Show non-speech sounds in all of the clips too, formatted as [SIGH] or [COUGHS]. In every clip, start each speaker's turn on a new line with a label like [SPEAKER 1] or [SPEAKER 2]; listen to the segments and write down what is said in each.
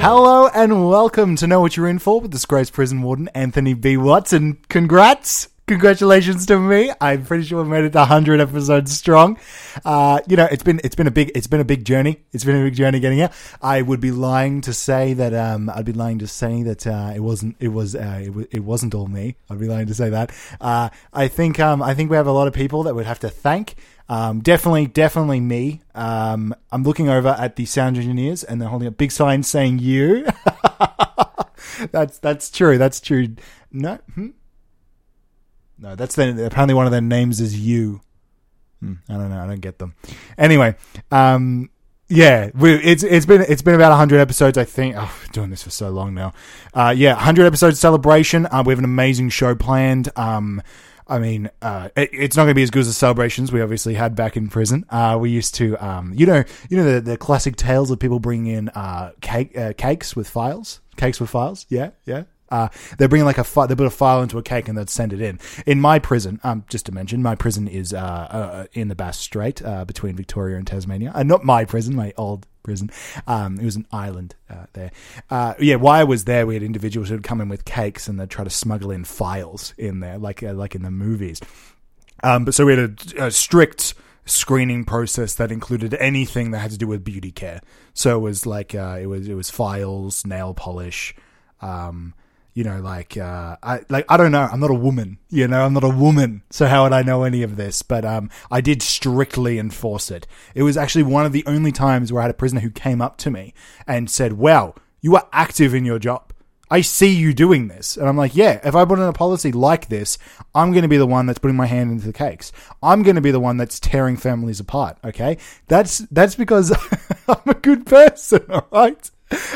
[SPEAKER 1] Hello and welcome to Know What You're In For with disgraced prison warden Anthony B. Watson. Congrats! Congratulations to me. I'm pretty sure we made it 100 episodes strong. Uh, you know, it's been it's been a big it's been a big journey. It's been a big journey getting here. I would be lying to say that um, I'd be lying to say that uh, it wasn't it was uh, it, w- it wasn't all me. I'd be lying to say that. Uh, I think um, I think we have a lot of people that would have to thank um, definitely, definitely me. Um, I'm looking over at the sound engineers, and they're holding a big sign saying "you." [LAUGHS] that's that's true. That's true. No, hmm? no. That's their, apparently one of their names is you. Hmm, I don't know. I don't get them. Anyway, um, yeah, we, it's it's been it's been about hundred episodes. I think. Oh, we're doing this for so long now. Uh, yeah, hundred episodes celebration. Uh, we have an amazing show planned. Um, I mean, uh, it, it's not going to be as good as the celebrations we obviously had back in prison. Uh, we used to, um, you know, you know the, the classic tales of people bringing in uh, cake uh, cakes with files, cakes with files. Yeah, yeah. Uh, they bring like a fi- they put a file into a cake and they'd send it in. In my prison, um, just to mention, my prison is uh, uh in the Bass Strait, uh, between Victoria and Tasmania. Uh, not my prison, my old prison. Um, it was an island uh, there. Uh, yeah, while I was there, we had individuals who'd come in with cakes and they'd try to smuggle in files in there, like uh, like in the movies. Um, but so we had a, a strict screening process that included anything that had to do with beauty care. So it was like uh, it was it was files, nail polish. Um, you know, like uh, I like I don't know. I'm not a woman. You know, I'm not a woman. So how would I know any of this? But um, I did strictly enforce it. It was actually one of the only times where I had a prisoner who came up to me and said, "Wow, you are active in your job." I see you doing this. And I'm like, yeah, if I put in a policy like this, I'm going to be the one that's putting my hand into the cakes. I'm going to be the one that's tearing families apart. Okay. That's, that's because [LAUGHS] I'm a good person. All right.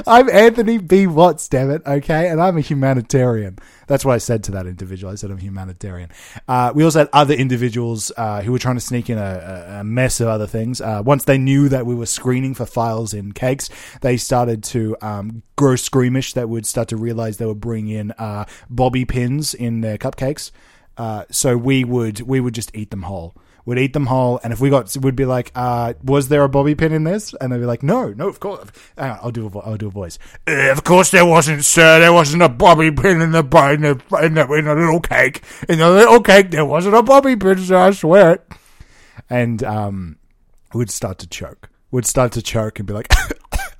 [SPEAKER 1] I'm Anthony B. Watts, damn it. Okay. And I'm a humanitarian. That's what I said to that individual. I said, I'm humanitarian. Uh, we also had other individuals uh, who were trying to sneak in a, a- a mess of other things. Uh, once they knew that we were screening for files in cakes, they started to um, grow squeamish. That would start to realize they were bringing in uh, bobby pins in their cupcakes. Uh, so we would we would just eat them whole. We'd eat them whole, and if we got, we'd be like, uh, "Was there a bobby pin in this?" And they'd be like, "No, no, of course." Hang on, I'll do a vo- I'll do a voice. "Uh, of course there wasn't, sir. There wasn't a bobby pin in the bu- in the in the, in the little cake. In the little cake, there wasn't a bobby pin, sir. I swear it." And um, would start to choke. Would start to choke and be like,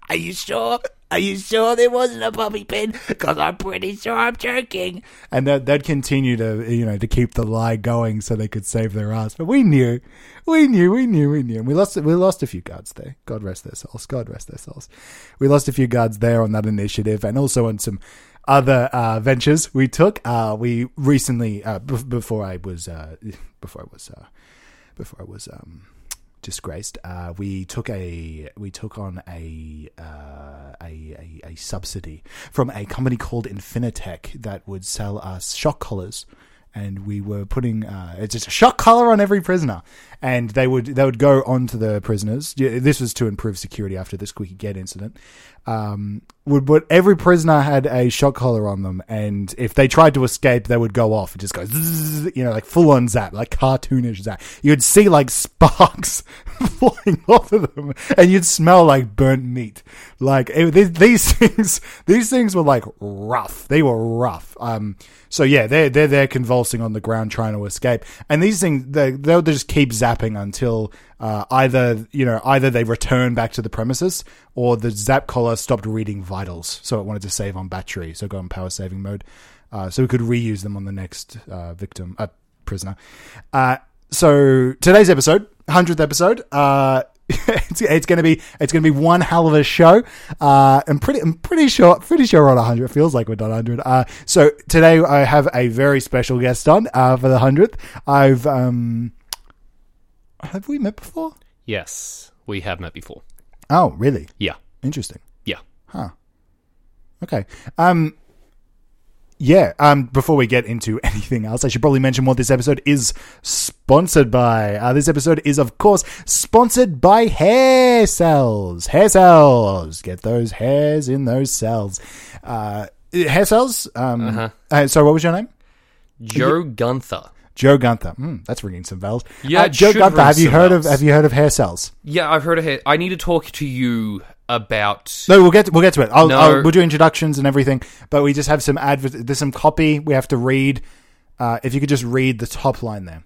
[SPEAKER 2] Are you sure? Are you sure there wasn't a bobby pin? Because I'm pretty sure I'm joking.
[SPEAKER 1] and that they'd continue to you know to keep the lie going so they could save their ass. But we knew, we knew, we knew, we knew. And we lost we lost a few guards there. God rest their souls. God rest their souls. We lost a few guards there on that initiative, and also on some other uh, ventures we took. Uh, we recently uh, b- before I was uh, before I was uh, before I was um, disgraced, uh, we took a we took on a, uh, a a a subsidy from a company called Infinitech that would sell us shock collars. And we were putting uh, it's just a shock collar on every prisoner, and they would they would go onto the prisoners. Yeah, This was to improve security after the squeaky get incident. Um, would but every prisoner had a shock collar on them, and if they tried to escape, they would go off. It just goes, zzzz, you know, like full on zap, like cartoonish zap. You'd see like [LAUGHS] sparks flying off of them, and you'd smell like burnt meat. Like it, these, these [LAUGHS] things, these things were like rough. They were rough. Um, so yeah, they're they're there convulsing on the ground trying to escape, and these things they they'll just keep zapping until uh, either you know either they return back to the premises or the zap collar stopped reading vitals, so it wanted to save on battery, so go on power saving mode, uh, so we could reuse them on the next uh, victim uh, prisoner. Uh, so today's episode, hundredth episode, uh, [LAUGHS] it's, it's gonna be it's gonna be one hell of a show. Uh, I'm pretty I'm pretty sure pretty sure we're on hundred. It feels like we're done hundred. Uh, so today I have a very special guest on uh, for the hundredth. I've um, have we met before?
[SPEAKER 3] Yes, we have met before.
[SPEAKER 1] Oh, really?
[SPEAKER 3] Yeah,
[SPEAKER 1] Interesting.
[SPEAKER 3] yeah.
[SPEAKER 1] Okay. Um yeah, um before we get into [LAUGHS] anything else, I should probably mention what this episode is sponsored by. Uh, this episode is of course sponsored by hair cells. Hair cells. Get those hairs in those cells. Uh hair cells um
[SPEAKER 3] Uh-huh.
[SPEAKER 1] uh so what was your name?
[SPEAKER 3] Joe Gunther.
[SPEAKER 1] Joe Gunther. Hmm, that's ringing some bells.
[SPEAKER 3] Yeah,
[SPEAKER 1] Uh,
[SPEAKER 3] it
[SPEAKER 1] Joe
[SPEAKER 3] should
[SPEAKER 1] Gunther,
[SPEAKER 3] ring
[SPEAKER 1] have you
[SPEAKER 3] some
[SPEAKER 1] heard of
[SPEAKER 3] bells.
[SPEAKER 1] have you heard of hair cells?
[SPEAKER 3] Yeah, I've heard of it. I need to talk to you about
[SPEAKER 1] No, we'll get we'll get to it. I'll,
[SPEAKER 3] No.
[SPEAKER 1] I'll, we'll do introductions and everything, but we just have some adver- There's some copy we have to read. Uh, if you could just read the top line there.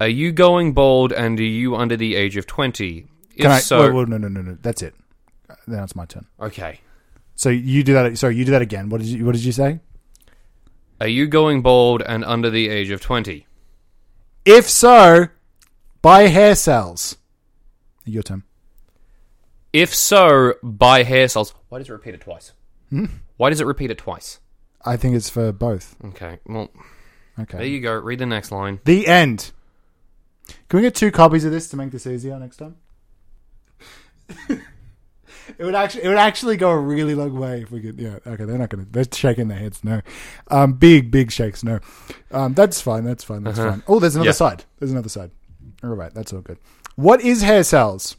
[SPEAKER 3] are you going bald and are you under the age of 20? If
[SPEAKER 1] Can I?
[SPEAKER 3] so,
[SPEAKER 1] wait, wait, no, no, no, no. That's it. Uh, Then it's my turn.
[SPEAKER 3] okay.
[SPEAKER 1] So you do that. Sorry, you do that again. What did you What did you say?
[SPEAKER 3] Are you going bald and under the age of 20?
[SPEAKER 1] If so, buy hair cells. Your turn.
[SPEAKER 3] If so, buy hair cells. Why does it repeat it twice?
[SPEAKER 1] Hmm?
[SPEAKER 3] Why does it repeat it twice?
[SPEAKER 1] I think it's for both.
[SPEAKER 3] Okay, well, there
[SPEAKER 1] Okay.
[SPEAKER 3] you go. Read the next line.
[SPEAKER 1] The end. Can we get two copies of this to make this easier next time? [LAUGHS] it would actually it would actually go a really long way if we could. Yeah. Okay. They're not gonna. They're shaking their heads. No. Um. Big big shakes. No. Um. That's fine. That's fine. That's fine. Oh, there's another
[SPEAKER 3] Yeah.
[SPEAKER 1] side. There's another side. All right. That's all good. What is hair cells?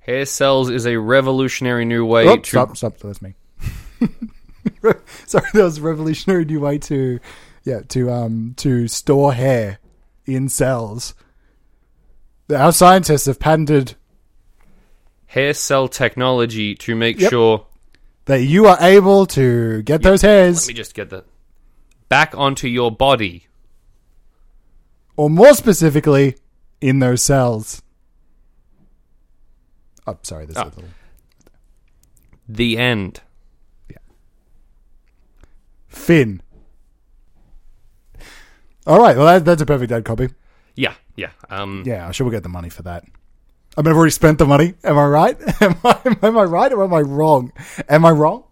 [SPEAKER 3] Hair cells is a revolutionary new way
[SPEAKER 1] Oh,
[SPEAKER 3] to.
[SPEAKER 1] stop, stop. That's me. [LAUGHS] Sorry, that was a revolutionary new way to, yeah, to um to store hair in cells. Our scientists have patented
[SPEAKER 3] Hair cell technology to make
[SPEAKER 1] Yep.
[SPEAKER 3] sure.
[SPEAKER 1] that you are able to get those
[SPEAKER 3] Let
[SPEAKER 1] hairs,
[SPEAKER 3] me just get that. Back onto your body.
[SPEAKER 1] or more specifically, in those cells. Oh, sorry, there's a
[SPEAKER 3] Oh.
[SPEAKER 1] little.
[SPEAKER 3] The end.
[SPEAKER 1] Finn. All right, well, that, that's a perfect ad copy.
[SPEAKER 3] Yeah, yeah. Um,
[SPEAKER 1] Yeah, I'm sure we'll get the money for that. I mean, I've already spent the money. Am I right? [LAUGHS] Am I, am I right or am I wrong? Am I wrong?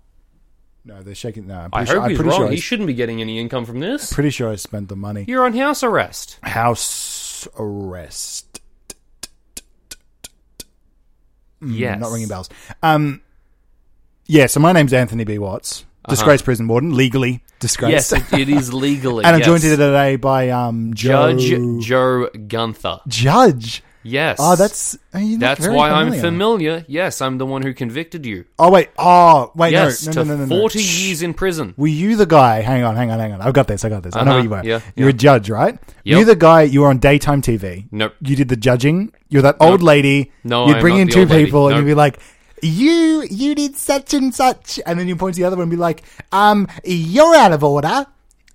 [SPEAKER 1] No, they're shaking. No, I'm
[SPEAKER 3] I
[SPEAKER 1] pretty sure,
[SPEAKER 3] hope
[SPEAKER 1] I'm
[SPEAKER 3] he's
[SPEAKER 1] pretty
[SPEAKER 3] wrong.
[SPEAKER 1] Sure I,
[SPEAKER 3] he shouldn't be getting any income from this.
[SPEAKER 1] pretty sure I spent the money.
[SPEAKER 3] You're on house arrest.
[SPEAKER 1] House arrest.
[SPEAKER 3] yes.
[SPEAKER 1] Mm, Not ringing bells. Um, yeah, so my name's Anthony B. Watts. Disgraced prison warden, legally disgraced.
[SPEAKER 3] Uh-huh. Yes, it, it is
[SPEAKER 1] [LAUGHS]
[SPEAKER 3] legally.
[SPEAKER 1] and I'm
[SPEAKER 3] yes.
[SPEAKER 1] joined here today by um, Joe.
[SPEAKER 3] Judge Joe Gunther.
[SPEAKER 1] Judge.
[SPEAKER 3] Yes.
[SPEAKER 1] Oh, that's. oh, you look
[SPEAKER 3] that's
[SPEAKER 1] very
[SPEAKER 3] why I'm familiar. Yes, I'm the one who convicted you.
[SPEAKER 1] Oh, wait. Oh, wait. no,
[SPEAKER 3] Yes,
[SPEAKER 1] no,
[SPEAKER 3] to
[SPEAKER 1] no, no, no, no.
[SPEAKER 3] 40 years in prison.
[SPEAKER 1] Were you the guy? Hang on, hang on, hang on. I've got this. I got this. I know
[SPEAKER 3] Uh-huh,
[SPEAKER 1] who you were.
[SPEAKER 3] yeah,
[SPEAKER 1] You're a
[SPEAKER 3] yeah.
[SPEAKER 1] judge, right?
[SPEAKER 3] Yep.
[SPEAKER 1] You're the guy. You were on daytime TV.
[SPEAKER 3] Nope.
[SPEAKER 1] You did the judging. You're that old lady.
[SPEAKER 3] No,
[SPEAKER 1] You'd
[SPEAKER 3] I'm
[SPEAKER 1] bring
[SPEAKER 3] not
[SPEAKER 1] in
[SPEAKER 3] the
[SPEAKER 1] two
[SPEAKER 3] old lady.
[SPEAKER 1] people and
[SPEAKER 3] Nope.
[SPEAKER 1] you'd be like, "You, you did such and such," and then you point to the other one and be like, "Um, you're out of order."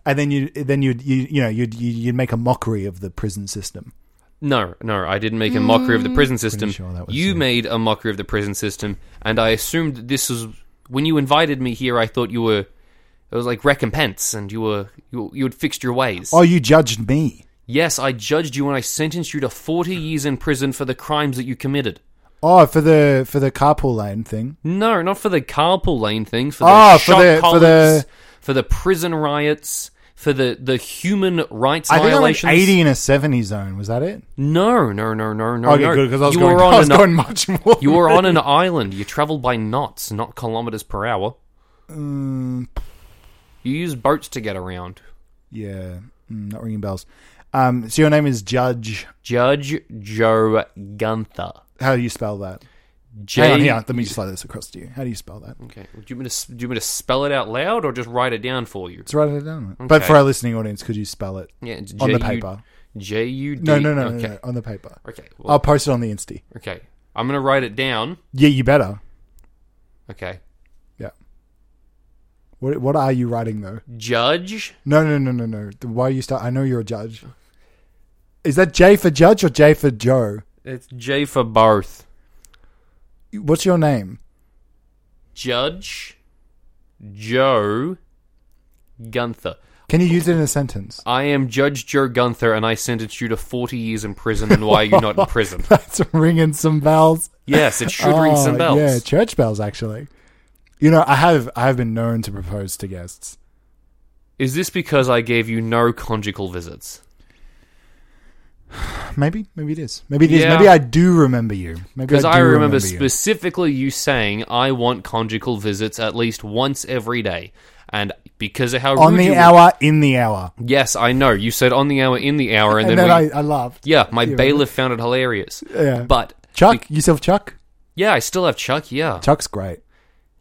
[SPEAKER 1] And then you, then you'd, you, you know, you'd, you- you'd make a mockery of the prison system.
[SPEAKER 3] No, no, I didn't make a mockery of the prison system.
[SPEAKER 1] Mm. sure that was
[SPEAKER 3] you
[SPEAKER 1] you.
[SPEAKER 3] made a mockery of the prison system, and I assumed that this was when you invited me here. I thought you were it was like recompense, and you were you, you had fixed your ways.
[SPEAKER 1] Oh, you judged me.
[SPEAKER 3] Yes, I judged you and I sentenced you to forty years in prison for the crimes that you committed.
[SPEAKER 1] Oh, for the for the carpool lane thing.
[SPEAKER 3] No, not for the carpool lane thing. For the
[SPEAKER 1] Ah, for
[SPEAKER 3] shot
[SPEAKER 1] the- for
[SPEAKER 3] collars,
[SPEAKER 1] the-
[SPEAKER 3] for the prison riots, for the the human rights
[SPEAKER 1] I think I went
[SPEAKER 3] violations.
[SPEAKER 1] eighty in a seventy zone. Was that it?
[SPEAKER 3] No, no, no, no, no.
[SPEAKER 1] Okay,
[SPEAKER 3] no.
[SPEAKER 1] good because I was,
[SPEAKER 3] you
[SPEAKER 1] going,
[SPEAKER 3] were
[SPEAKER 1] [LAUGHS]
[SPEAKER 3] on
[SPEAKER 1] I was
[SPEAKER 3] an-
[SPEAKER 1] going much more.
[SPEAKER 3] You
[SPEAKER 1] [LAUGHS]
[SPEAKER 3] were on an island. You travelled by knots, not kilometres per hour.
[SPEAKER 1] Mm.
[SPEAKER 3] You use boats to get around.
[SPEAKER 1] Yeah, mm, not ringing bells. Um, so your name is Judge.
[SPEAKER 3] Judge Joe Gunther.
[SPEAKER 1] How do you spell that?
[SPEAKER 3] J-
[SPEAKER 1] Hang on, hang on. Let me slide this across to you. How do you spell that?
[SPEAKER 3] Okay. Do you, want me to, s- do you want me to spell it out loud or just write it down for you?
[SPEAKER 1] Let's write it down. But for our listening audience, could you spell it
[SPEAKER 3] Yeah, it's
[SPEAKER 1] on the
[SPEAKER 3] J U-
[SPEAKER 1] paper?
[SPEAKER 3] J U D.
[SPEAKER 1] No, no, no, no,
[SPEAKER 3] Okay.
[SPEAKER 1] no, on the paper.
[SPEAKER 3] Okay. well,
[SPEAKER 1] I'll post it on the Insta.
[SPEAKER 3] okay. I'm going to write it down.
[SPEAKER 1] Yeah, you better.
[SPEAKER 3] Okay.
[SPEAKER 1] Yeah. What What are you writing though?
[SPEAKER 3] Judge.
[SPEAKER 1] No, no, no, no, no. Why you start? I know you're a judge. Is that J for judge or J for Joe?
[SPEAKER 3] It's J for both.
[SPEAKER 1] What's your name?
[SPEAKER 3] Judge Joe Gunther.
[SPEAKER 1] Can you use it in a sentence? [LAUGHS]
[SPEAKER 3] I am Judge Joe Gunther, and I sentence you to 40 years in prison. And why are you not in prison?
[SPEAKER 1] That's ringing some bells.
[SPEAKER 3] [LAUGHS] Yes, it should ring some
[SPEAKER 1] Oh,
[SPEAKER 3] bells.
[SPEAKER 1] Yeah, church bells actually. You know, I have I have been known to propose to guests.
[SPEAKER 3] Is this because I gave you no conjugal visits?
[SPEAKER 1] Maybe, maybe it is. Maybe it is.
[SPEAKER 3] Yeah.
[SPEAKER 1] Maybe I do remember you. Maybe
[SPEAKER 3] Because I,
[SPEAKER 1] do
[SPEAKER 3] remember,
[SPEAKER 1] you.
[SPEAKER 3] specifically you saying, I want conjugal visits at least once every day. And because of how
[SPEAKER 1] on
[SPEAKER 3] rude you
[SPEAKER 1] the
[SPEAKER 3] were-
[SPEAKER 1] hour, in the hour,
[SPEAKER 3] Yes, I know. You said on the hour, in the hour, and,
[SPEAKER 1] and,
[SPEAKER 3] then,
[SPEAKER 1] then
[SPEAKER 3] we-
[SPEAKER 1] I, I laughed.
[SPEAKER 3] yeah, my bailiff found it hilarious.
[SPEAKER 1] Yeah.
[SPEAKER 3] But
[SPEAKER 1] Chuck, yourself, Chuck.
[SPEAKER 3] yeah, I still have Chuck. Yeah,
[SPEAKER 1] Chuck's great.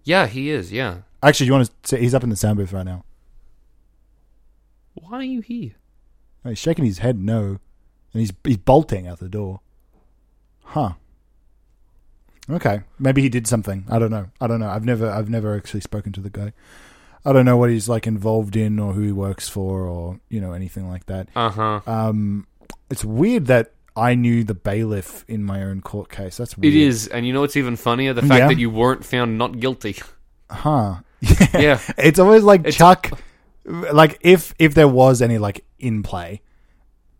[SPEAKER 3] yeah, he is. Yeah.
[SPEAKER 1] Actually, you want to? Say, he's up in the sound booth right now.
[SPEAKER 3] Why are you here?
[SPEAKER 1] He's shaking his head no, and he's he's bolting out the door. Huh. Okay. Maybe he did something. I don't know. I don't know. I've never I've never actually spoken to the guy. I don't know what he's like involved in or who he works for or, you know, anything like that.
[SPEAKER 3] Uh huh.
[SPEAKER 1] Um it's weird that I knew the bailiff in my own court case. That's weird.
[SPEAKER 3] It is, and you know what's even funnier? The fact
[SPEAKER 1] Mm. Yeah.
[SPEAKER 3] that you weren't found not guilty. [LAUGHS]
[SPEAKER 1] Huh. Yeah.
[SPEAKER 3] Yeah.
[SPEAKER 1] It's always like Chuck like if if there was any like in play.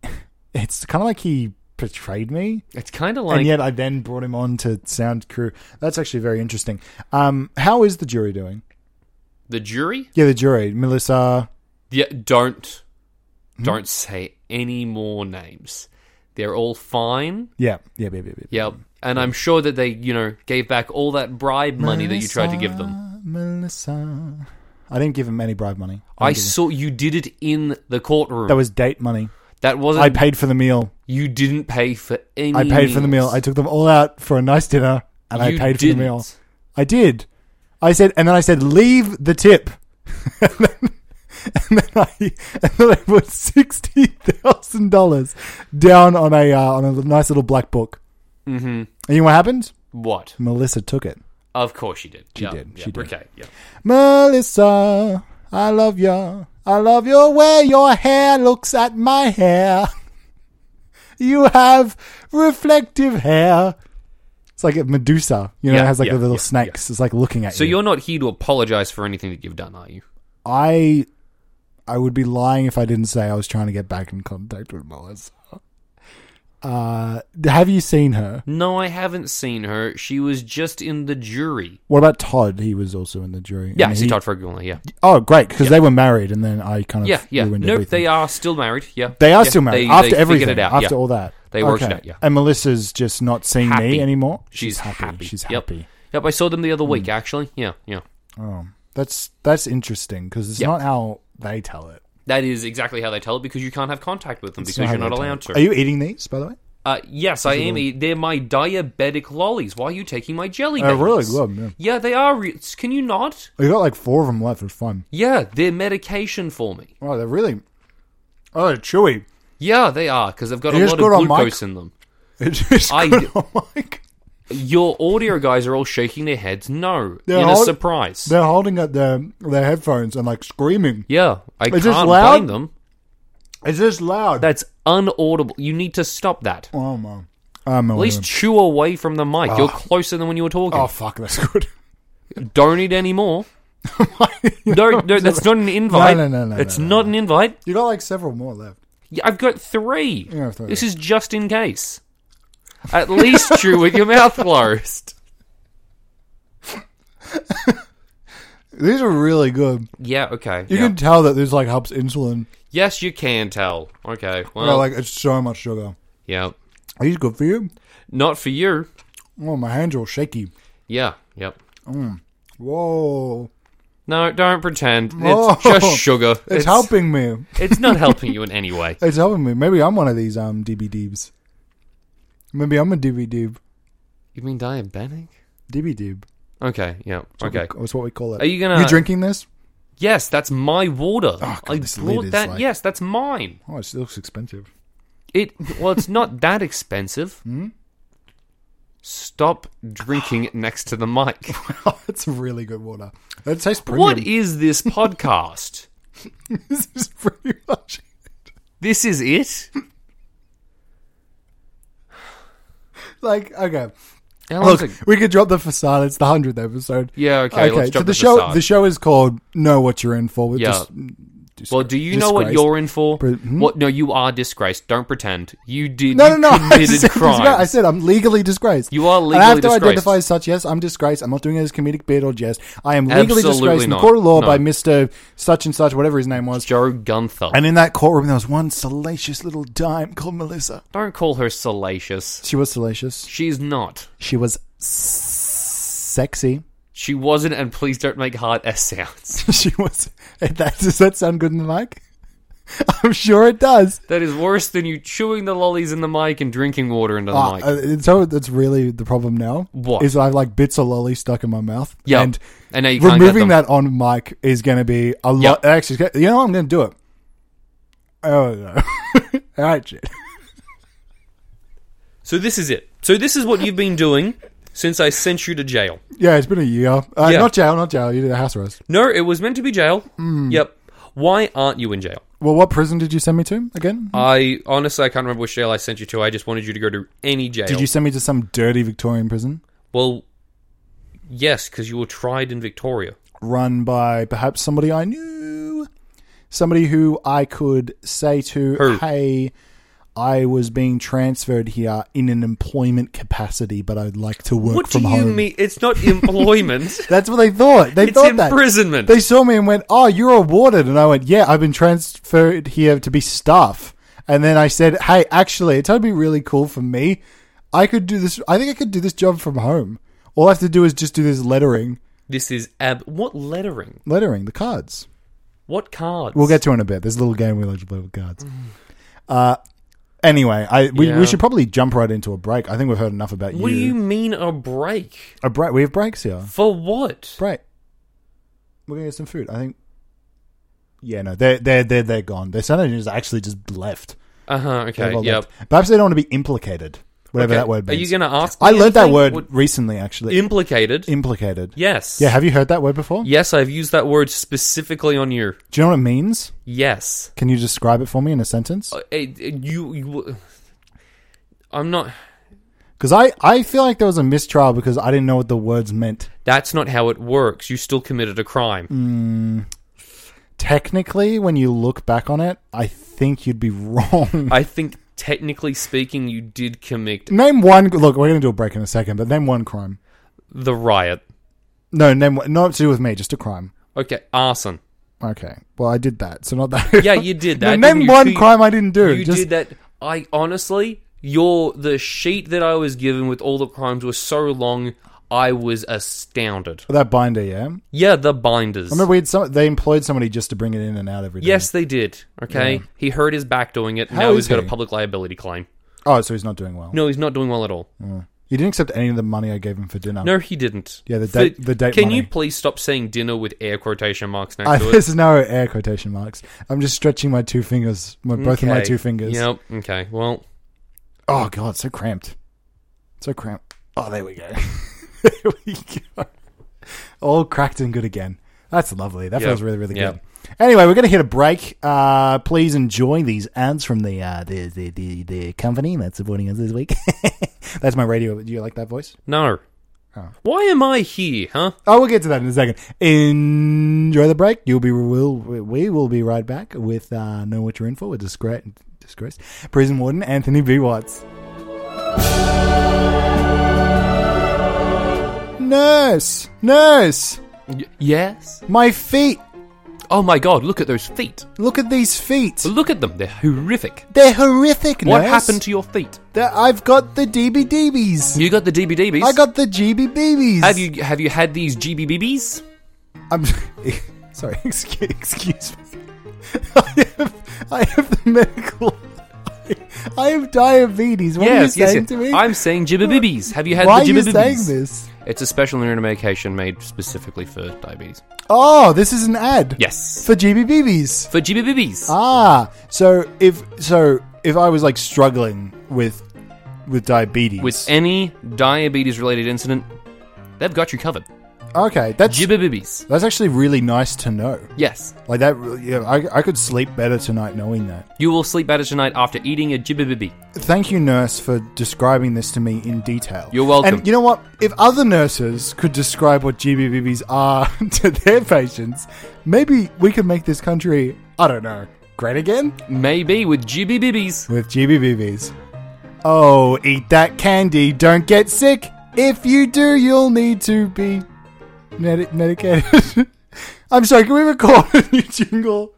[SPEAKER 1] [LAUGHS] It's kind of like he portrayed me.
[SPEAKER 3] It's kind of like
[SPEAKER 1] and yet I then brought him on to sound crew. That's actually very interesting. Um, how is the jury doing?
[SPEAKER 3] the jury.
[SPEAKER 1] Yeah, the jury, Melissa.
[SPEAKER 3] Yeah, don't
[SPEAKER 1] Hmm?
[SPEAKER 3] don't say any more names. They're all fine.
[SPEAKER 1] Yeah, yeah, yeah, yeah. yeah.
[SPEAKER 3] Yep. And I'm sure that they, you know, gave back all that bribe money that you tried to give them.
[SPEAKER 1] Melissa. I didn't give him any bribe money.
[SPEAKER 3] I saw you did it in the courtroom.
[SPEAKER 1] That was date money.
[SPEAKER 3] that wasn't
[SPEAKER 1] I paid for the meal.
[SPEAKER 3] you didn't pay for any
[SPEAKER 1] I paid for the meal. I took them all out for a nice dinner, and I
[SPEAKER 3] You
[SPEAKER 1] paid for
[SPEAKER 3] didn't.
[SPEAKER 1] the meal. I did. I said, and then I said, leave the tip. [LAUGHS] and, then, and then I and then I put sixty thousand dollars down on a uh, on a nice little black book. Mm-hmm. And you know what happened?
[SPEAKER 3] What?
[SPEAKER 1] Melissa took it.
[SPEAKER 3] Of course you did. She
[SPEAKER 1] did. She did.
[SPEAKER 3] Okay. Yeah.
[SPEAKER 1] Melissa, I love ya. I love your way your hair looks at my hair. [LAUGHS] You have reflective hair. It's like a Medusa, you know,
[SPEAKER 3] Yeah,
[SPEAKER 1] it has like
[SPEAKER 3] yeah,
[SPEAKER 1] the little
[SPEAKER 3] yeah,
[SPEAKER 1] snakes. It's like looking at
[SPEAKER 3] So
[SPEAKER 1] you.
[SPEAKER 3] you're not here to apologize for anything that you've done, are you?
[SPEAKER 1] I I would be lying if I didn't say I was trying to get back in contact with Melissa. Uh, have you seen her?
[SPEAKER 3] No, I haven't seen her. She was just in the jury.
[SPEAKER 1] What about Todd? He was also in the jury.
[SPEAKER 3] Yeah,
[SPEAKER 1] And
[SPEAKER 3] I
[SPEAKER 1] he-
[SPEAKER 3] see Todd Ferguson. Yeah.
[SPEAKER 1] Oh, great, because they were married, and then I kind of
[SPEAKER 3] Yeah, yeah.
[SPEAKER 1] ruined
[SPEAKER 3] Nope,
[SPEAKER 1] everything.
[SPEAKER 3] they are still married. Yeah.
[SPEAKER 1] They are
[SPEAKER 3] Yeah,
[SPEAKER 1] still married
[SPEAKER 3] they-
[SPEAKER 1] after
[SPEAKER 3] they figured
[SPEAKER 1] everything,
[SPEAKER 3] it out,
[SPEAKER 1] after
[SPEAKER 3] yeah.
[SPEAKER 1] all that.
[SPEAKER 3] They worked it out, yeah.
[SPEAKER 1] And Melissa's just not seeing me
[SPEAKER 3] Happy.
[SPEAKER 1] anymore.
[SPEAKER 3] She's
[SPEAKER 1] happy.
[SPEAKER 3] happy.
[SPEAKER 1] She's
[SPEAKER 3] Yep.
[SPEAKER 1] happy. Mm.
[SPEAKER 3] Yep, I saw them the other week, actually. Yeah, yeah.
[SPEAKER 1] Oh, that's that's interesting because it's
[SPEAKER 3] Yep.
[SPEAKER 1] not how they tell it.
[SPEAKER 3] That is exactly how they tell it because you can't have contact with them
[SPEAKER 1] It's
[SPEAKER 3] because
[SPEAKER 1] how
[SPEAKER 3] you're not
[SPEAKER 1] they tell
[SPEAKER 3] allowed
[SPEAKER 1] it.
[SPEAKER 3] to.
[SPEAKER 1] Are you eating these, by the way?
[SPEAKER 3] uh, yes, I am. eat- They're my diabetic lollies. Why are you taking my jelly
[SPEAKER 1] I
[SPEAKER 3] beans?
[SPEAKER 1] Oh, really love them.
[SPEAKER 3] Yeah, they are. Re- can you not?
[SPEAKER 1] You got like four of them left. It's fun.
[SPEAKER 3] Yeah, they're medication for me.
[SPEAKER 1] Oh, they're really. Oh, they're chewy. [LAUGHS]
[SPEAKER 3] Yeah, they are because they've got
[SPEAKER 1] You're
[SPEAKER 3] a
[SPEAKER 1] just
[SPEAKER 3] lot
[SPEAKER 1] good on
[SPEAKER 3] of glucose
[SPEAKER 1] mic?
[SPEAKER 3] in them.
[SPEAKER 1] It's just
[SPEAKER 3] I-
[SPEAKER 1] good. [LAUGHS] Oh my God.
[SPEAKER 3] Your audio guys are all shaking their heads. No,
[SPEAKER 1] They're
[SPEAKER 3] in
[SPEAKER 1] all-
[SPEAKER 3] a surprise.
[SPEAKER 1] They're holding up their their headphones and like screaming.
[SPEAKER 3] Yeah, I
[SPEAKER 1] Is this
[SPEAKER 3] can't
[SPEAKER 1] loud?
[SPEAKER 3] blame them.
[SPEAKER 1] It's just loud.
[SPEAKER 3] That's unaudible. You need to stop that.
[SPEAKER 1] oh my. I'm
[SPEAKER 3] At least chew away from the mic. You're closer than when you were talking.
[SPEAKER 1] Oh fuck, that's good.
[SPEAKER 3] Don't eat any more. no,
[SPEAKER 1] [LAUGHS]
[SPEAKER 3] no, that's not an invite.
[SPEAKER 1] No, no, no, no,
[SPEAKER 3] It's
[SPEAKER 1] no,
[SPEAKER 3] not an invite.
[SPEAKER 1] [LAUGHS] You got like several more left.
[SPEAKER 3] Yeah, I've got three.
[SPEAKER 1] Yeah, three.
[SPEAKER 3] This is just in case.
[SPEAKER 1] [LAUGHS]
[SPEAKER 3] At least chew with your mouth closed.
[SPEAKER 1] These are really good.
[SPEAKER 3] Yeah, okay.
[SPEAKER 1] You
[SPEAKER 3] yeah.
[SPEAKER 1] can tell that this like helps insulin.
[SPEAKER 3] Yes, you can tell. Okay, well,
[SPEAKER 1] Yeah, like it's so much sugar.
[SPEAKER 3] yeah.
[SPEAKER 1] Are these good for you?
[SPEAKER 3] Not for you.
[SPEAKER 1] Oh, my hands are all shaky.
[SPEAKER 3] Yeah, yep.
[SPEAKER 1] Whoa,
[SPEAKER 3] No, don't pretend.
[SPEAKER 1] Oh.
[SPEAKER 3] It's just sugar.
[SPEAKER 1] [LAUGHS] it's, helping me. [LAUGHS]
[SPEAKER 3] It's not helping you in any way.
[SPEAKER 1] It's helping me. Maybe I'm one of these um DBDs. Maybe I'm a DBD.
[SPEAKER 3] You mean diabetic?
[SPEAKER 1] DBD.
[SPEAKER 3] Okay, yeah, okay.
[SPEAKER 1] That's what we call it.
[SPEAKER 3] Are you gonna-
[SPEAKER 1] You drinking this?
[SPEAKER 3] Yes, that's my water. I
[SPEAKER 1] Oh, this lid
[SPEAKER 3] bought
[SPEAKER 1] is
[SPEAKER 3] that.
[SPEAKER 1] like-
[SPEAKER 3] Yes, that's mine.
[SPEAKER 1] Oh, it looks expensive. [LAUGHS]
[SPEAKER 3] It well, it's not that expensive.
[SPEAKER 1] Hmm?
[SPEAKER 3] Stop
[SPEAKER 1] [SIGHS]
[SPEAKER 3] drinking it next to the mic.
[SPEAKER 1] it's really good water. It tastes premium.
[SPEAKER 3] What is this podcast?
[SPEAKER 1] [LAUGHS] this? Is pretty much. [LAUGHS]
[SPEAKER 3] this is it.
[SPEAKER 1] Like okay,
[SPEAKER 3] How long's
[SPEAKER 1] look,
[SPEAKER 3] it-
[SPEAKER 1] we could drop the facade. It's the hundredth episode.
[SPEAKER 3] Yeah, okay. let's
[SPEAKER 1] so
[SPEAKER 3] jump
[SPEAKER 1] the,
[SPEAKER 3] to
[SPEAKER 1] show
[SPEAKER 3] facade.
[SPEAKER 1] the show is called "Know What You're In For." With
[SPEAKER 3] Yeah.
[SPEAKER 1] just,
[SPEAKER 3] well, do you know what
[SPEAKER 1] disgraced.
[SPEAKER 3] you're in for?
[SPEAKER 1] Pre- hmm?
[SPEAKER 3] What? No, you are disgraced. Don't pretend you did.
[SPEAKER 1] No,
[SPEAKER 3] you
[SPEAKER 1] no, [LAUGHS] no. I
[SPEAKER 3] Committed
[SPEAKER 1] said,
[SPEAKER 3] crimes.
[SPEAKER 1] disgra- I said I'm legally disgraced.
[SPEAKER 3] You are
[SPEAKER 1] And I have to
[SPEAKER 3] legally
[SPEAKER 1] identify
[SPEAKER 3] disgraced.
[SPEAKER 1] as such. Yes, I'm disgraced. I'm not doing it as comedic bit or jest. I am legally
[SPEAKER 3] Absolutely
[SPEAKER 1] disgraced in the
[SPEAKER 3] not.
[SPEAKER 1] court of law
[SPEAKER 3] No.
[SPEAKER 1] by Mister Such and Such, whatever his name was.
[SPEAKER 3] Joe Gunther.
[SPEAKER 1] And in that courtroom, there was one salacious little dime called Melissa.
[SPEAKER 3] Don't call her salacious.
[SPEAKER 1] She was salacious.
[SPEAKER 3] She's not.
[SPEAKER 1] She was sexy. [LAUGHS]
[SPEAKER 3] She wasn't, and please don't make hard S sounds. [LAUGHS]
[SPEAKER 1] she was. That, does that sound good in the mic? [LAUGHS] I'm sure it does.
[SPEAKER 3] that is worse than you chewing the lollies in the mic and drinking water into the
[SPEAKER 1] Ah,
[SPEAKER 3] mic.
[SPEAKER 1] uh, and so that's really the problem now.
[SPEAKER 3] What?
[SPEAKER 1] is I have like bits of lolly stuck in my mouth.
[SPEAKER 3] Yeah,
[SPEAKER 1] and
[SPEAKER 3] and now you can't get
[SPEAKER 1] removing
[SPEAKER 3] them.
[SPEAKER 1] that on mic is going to be a lot.
[SPEAKER 3] Yeah.
[SPEAKER 1] Actually, it's gonna- you know what? I'm going to do it. [LAUGHS] Oh no! All right, shit.
[SPEAKER 3] So this is it. So this is what you've been doing since I sent you to jail.
[SPEAKER 1] Yeah, it's been a year. Uh,
[SPEAKER 3] Yeah.
[SPEAKER 1] Not jail, not jail. You did a house arrest.
[SPEAKER 3] No, it was meant to be jail.
[SPEAKER 1] Hmm.
[SPEAKER 3] Yep. Why aren't you in jail?
[SPEAKER 1] Well, what prison did you send me to again?
[SPEAKER 3] I honestly I can't remember which jail I sent you to. I just wanted you to go to any jail.
[SPEAKER 1] did you send me to some dirty Victorian prison
[SPEAKER 3] Well, yes, because you were tried in Victoria.
[SPEAKER 1] run by perhaps somebody I knew? Somebody who I could say to,
[SPEAKER 3] Who?
[SPEAKER 1] hey, I was being transferred here in an employment capacity, but I'd like to work
[SPEAKER 3] What do
[SPEAKER 1] from
[SPEAKER 3] you
[SPEAKER 1] home.
[SPEAKER 3] mean? It's not employment. [LAUGHS]
[SPEAKER 1] That's what they thought. They
[SPEAKER 3] it's
[SPEAKER 1] thought that.
[SPEAKER 3] imprisonment.
[SPEAKER 1] They saw me and went, "Oh, you're awarded," and I went, "Yeah, I've been transferred here to be staff." And then I said, "Hey, actually, it would be really cool for me. I could do this. I think I could do this job from home. All I have to do is just do this lettering,
[SPEAKER 3] This is ab. What lettering?
[SPEAKER 1] lettering the cards.
[SPEAKER 3] What cards?
[SPEAKER 1] We'll get to it in a bit. There's a little game we like to play with cards." Uh, anyway, I we,
[SPEAKER 3] Mm-hmm. Yeah.
[SPEAKER 1] we should probably jump right into a break. I think we've heard enough about
[SPEAKER 3] What
[SPEAKER 1] you.
[SPEAKER 3] do you mean a break?
[SPEAKER 1] A break. We have breaks here.
[SPEAKER 3] For what?
[SPEAKER 1] Right. We're gonna get some food. I think. Yeah, no, they're they're they're they're gone. Their sound engineers actually just left.
[SPEAKER 3] Uh huh.
[SPEAKER 1] They've
[SPEAKER 3] Okay.
[SPEAKER 1] all
[SPEAKER 3] Yep.
[SPEAKER 1] left. Perhaps they don't want to be implicated. Whatever
[SPEAKER 3] Okay,
[SPEAKER 1] that word
[SPEAKER 3] Are
[SPEAKER 1] means.
[SPEAKER 3] you going to ask?
[SPEAKER 1] I
[SPEAKER 3] me
[SPEAKER 1] learned that
[SPEAKER 3] anything?
[SPEAKER 1] word
[SPEAKER 3] What-
[SPEAKER 1] recently, actually.
[SPEAKER 3] implicated.
[SPEAKER 1] implicated.
[SPEAKER 3] yes.
[SPEAKER 1] Yeah. Have you heard that word before?
[SPEAKER 3] yes, I've used that word specifically on you.
[SPEAKER 1] Do you know what it means?
[SPEAKER 3] Yes.
[SPEAKER 1] Can you describe it for me in a sentence?
[SPEAKER 3] Uh, it- it- you, you. I'm not.
[SPEAKER 1] Because I I feel like there was a mistrial because I didn't know what the words meant.
[SPEAKER 3] That's not how it works. You still committed a crime.
[SPEAKER 1] Mm. Technically, when you look back on it, I think you'd be [LAUGHS] wrong.
[SPEAKER 3] I think, technically speaking, you did commit
[SPEAKER 1] name one. Look, we're gonna do a break in a second, but name one crime.
[SPEAKER 3] the riot.
[SPEAKER 1] No, name one- not to do with me. Just a crime.
[SPEAKER 3] Okay, arson.
[SPEAKER 1] Okay. Well, I did that, so not that. [LAUGHS]
[SPEAKER 3] Yeah, you did that,
[SPEAKER 1] No, name
[SPEAKER 3] didn't you?
[SPEAKER 1] one
[SPEAKER 3] You-
[SPEAKER 1] crime I didn't do.
[SPEAKER 3] You
[SPEAKER 1] Just-
[SPEAKER 3] did that. I honestly, your the sheet that I was given with all the crimes was so long. I was astounded.
[SPEAKER 1] that binder, yeah. I
[SPEAKER 3] Yeah, the binders.
[SPEAKER 1] remember we had some. They employed somebody just to bring it in and out every day.
[SPEAKER 3] yes, they did. Okay, he hurt his back doing it. now
[SPEAKER 1] is
[SPEAKER 3] he's got
[SPEAKER 1] he?
[SPEAKER 3] a public liability claim.
[SPEAKER 1] Oh, so he's not doing well.
[SPEAKER 3] No, he's not doing well at all.
[SPEAKER 1] Oh. He didn't accept any of the money I gave him for dinner.
[SPEAKER 3] No, he didn't.
[SPEAKER 1] Yeah, the
[SPEAKER 3] For-
[SPEAKER 1] date- the date
[SPEAKER 3] Can
[SPEAKER 1] money.
[SPEAKER 3] you please stop saying dinner with air quotation marks next
[SPEAKER 1] I, [LAUGHS]
[SPEAKER 3] to it?
[SPEAKER 1] there's no air quotation marks. I'm just stretching my two fingers, my, both of my
[SPEAKER 3] Okay.
[SPEAKER 1] two fingers.
[SPEAKER 3] Yep. Okay. Well,
[SPEAKER 1] Oh god, so cramped, so cramped. Oh, there we go. [LAUGHS] there we go. All cracked and good again. That's lovely. That
[SPEAKER 3] Yep.
[SPEAKER 1] feels really, really
[SPEAKER 3] Yep.
[SPEAKER 1] good. Anyway, we're going to hit a break. Uh, please enjoy these ads from the uh, the, the the the company that's supporting us this week. [LAUGHS] that's my radio. Do you like that voice?
[SPEAKER 3] no. Why am I here? Huh?
[SPEAKER 1] Oh, we'll get to that in a second. Enjoy the break. You'll be we'll, we will be right back with uh, know what you're in for with disgrace, disgrace prison warden Anthony B Watts. Nurse, nurse,
[SPEAKER 3] Y- yes.
[SPEAKER 1] my feet.
[SPEAKER 3] Oh my God! Look at those feet.
[SPEAKER 1] Look at these feet.
[SPEAKER 3] Look at them. They're horrific.
[SPEAKER 1] They're horrific.
[SPEAKER 3] What
[SPEAKER 1] nurse.
[SPEAKER 3] happened to your feet?
[SPEAKER 1] They're- I've got the DBDBs.
[SPEAKER 3] You got the DBDBs.
[SPEAKER 1] I got the GBBBs.
[SPEAKER 3] Have you have you had these GBBBs?
[SPEAKER 1] I'm [LAUGHS] sorry. [LAUGHS] Excuse, excuse me. [LAUGHS] I have, I have the medical. I have diabetes. What
[SPEAKER 3] yes,
[SPEAKER 1] are you
[SPEAKER 3] yes,
[SPEAKER 1] saying
[SPEAKER 3] yes.
[SPEAKER 1] to me?
[SPEAKER 3] I'm saying GBBBs. Have you had
[SPEAKER 1] Why are
[SPEAKER 3] the
[SPEAKER 1] you
[SPEAKER 3] GBBBs?
[SPEAKER 1] saying this?
[SPEAKER 3] It's a special medication made specifically for diabetes.
[SPEAKER 1] Oh, this is an ad.
[SPEAKER 3] Yes.
[SPEAKER 1] For GBBBs.
[SPEAKER 3] For GBBBs.
[SPEAKER 1] Ah, so if so, if I was like struggling with with diabetes,
[SPEAKER 3] With any diabetes related incident, they've got you covered.
[SPEAKER 1] okay, that's
[SPEAKER 3] GBBBs.
[SPEAKER 1] that's actually really nice to know.
[SPEAKER 3] Yes.
[SPEAKER 1] Like that, really- yeah, I I could sleep better tonight knowing that.
[SPEAKER 3] You will sleep better tonight after eating a GBBB.
[SPEAKER 1] Thank you, nurse, for describing this to me in detail.
[SPEAKER 3] You're welcome.
[SPEAKER 1] And you know what? If other nurses could describe what GBBBs are [LAUGHS] to their patients, maybe we could make this country, I don't know, great again
[SPEAKER 3] Maybe with GBBBs.
[SPEAKER 1] with GBBBs. Oh, eat that candy. Don't get sick. If you do, you'll need to be medi- medicated. [LAUGHS] I'm sorry, can we record a new jingle?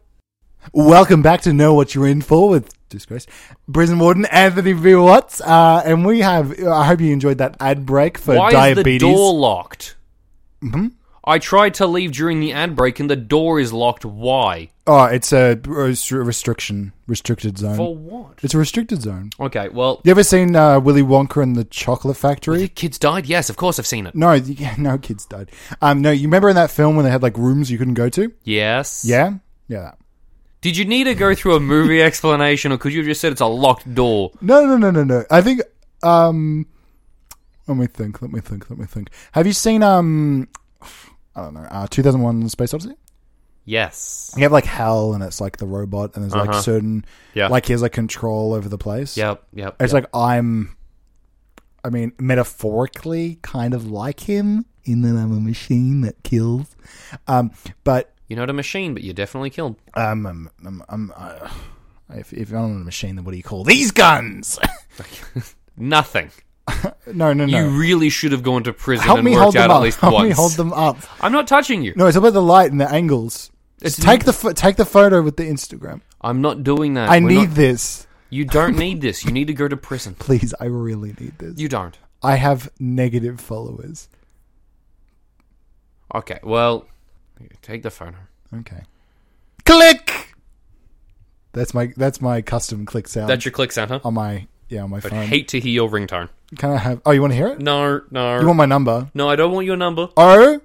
[SPEAKER 1] Welcome back to Know What You're In For with Disgrace. Prison Warden Anthony V. Watts. Uh, and we have, I hope you enjoyed that ad break for
[SPEAKER 3] Why
[SPEAKER 1] diabetes. Mm-hmm.
[SPEAKER 3] is the door locked? I tried to leave during the ad break and the door is locked. Why?
[SPEAKER 1] Oh, it's a rest- restriction, restricted zone.
[SPEAKER 3] For what?
[SPEAKER 1] it's a restricted zone.
[SPEAKER 3] Okay, well,
[SPEAKER 1] You ever seen uh, Willy Wonka and the Chocolate Factory?
[SPEAKER 3] the kids died. Yes, of course I've seen it.
[SPEAKER 1] No, [LAUGHS] yeah, no kids died. Um, no, you remember in that film when they had like rooms you couldn't go to?
[SPEAKER 3] Yes.
[SPEAKER 1] Yeah, yeah. that.
[SPEAKER 3] Did you need to go through a [LAUGHS] movie explanation, or could you have just said it's a locked door?
[SPEAKER 1] No, no, no, no, no. I think um, Let me think. Let me think. Let me think. Have you seen um, I don't know, uh, 2001: Space Odyssey?
[SPEAKER 3] Yes.
[SPEAKER 1] You have like Hal, and it's like the robot, and there's like
[SPEAKER 3] Uh-huh.
[SPEAKER 1] certain
[SPEAKER 3] Yeah.
[SPEAKER 1] like he has like control over the place.
[SPEAKER 3] Yep. Yep.
[SPEAKER 1] It's
[SPEAKER 3] yep.
[SPEAKER 1] like I'm, I mean, metaphorically kind of like him in that I'm a machine that kills. Um, but
[SPEAKER 3] you're not a machine, but you're definitely killed.
[SPEAKER 1] um, I'm, I'm, I'm uh, if, if I'm a machine, then what do you call these
[SPEAKER 3] [LAUGHS]
[SPEAKER 1] guns?
[SPEAKER 3] Nothing.
[SPEAKER 1] no, no, no.
[SPEAKER 3] You really should have gone to prison
[SPEAKER 1] Help
[SPEAKER 3] and
[SPEAKER 1] me
[SPEAKER 3] worked
[SPEAKER 1] hold
[SPEAKER 3] out
[SPEAKER 1] them
[SPEAKER 3] at
[SPEAKER 1] up.
[SPEAKER 3] least
[SPEAKER 1] Help
[SPEAKER 3] once.
[SPEAKER 1] me hold them up.
[SPEAKER 3] I'm not touching you.
[SPEAKER 1] No, it's about the light and the angles.
[SPEAKER 3] It's-
[SPEAKER 1] take the pho- take the photo with the Instagram.
[SPEAKER 3] I'm not doing that.
[SPEAKER 1] I
[SPEAKER 3] We're
[SPEAKER 1] need
[SPEAKER 3] not-
[SPEAKER 1] this,
[SPEAKER 3] You don't need this. You need to go to prison.
[SPEAKER 1] please. I really need this.
[SPEAKER 3] You don't.
[SPEAKER 1] I have negative followers.
[SPEAKER 3] Okay. Well, take the phone.
[SPEAKER 1] Okay. Click. That's my that's my custom click sound
[SPEAKER 3] That's your click sound, huh?
[SPEAKER 1] on my yeah on my
[SPEAKER 3] I'd
[SPEAKER 1] phone.
[SPEAKER 3] hate to hear your ringtone.
[SPEAKER 1] Can I have? Oh, you want to hear it?
[SPEAKER 3] No, no,
[SPEAKER 1] You want my number?
[SPEAKER 3] no. I don't want your number.
[SPEAKER 1] Oh.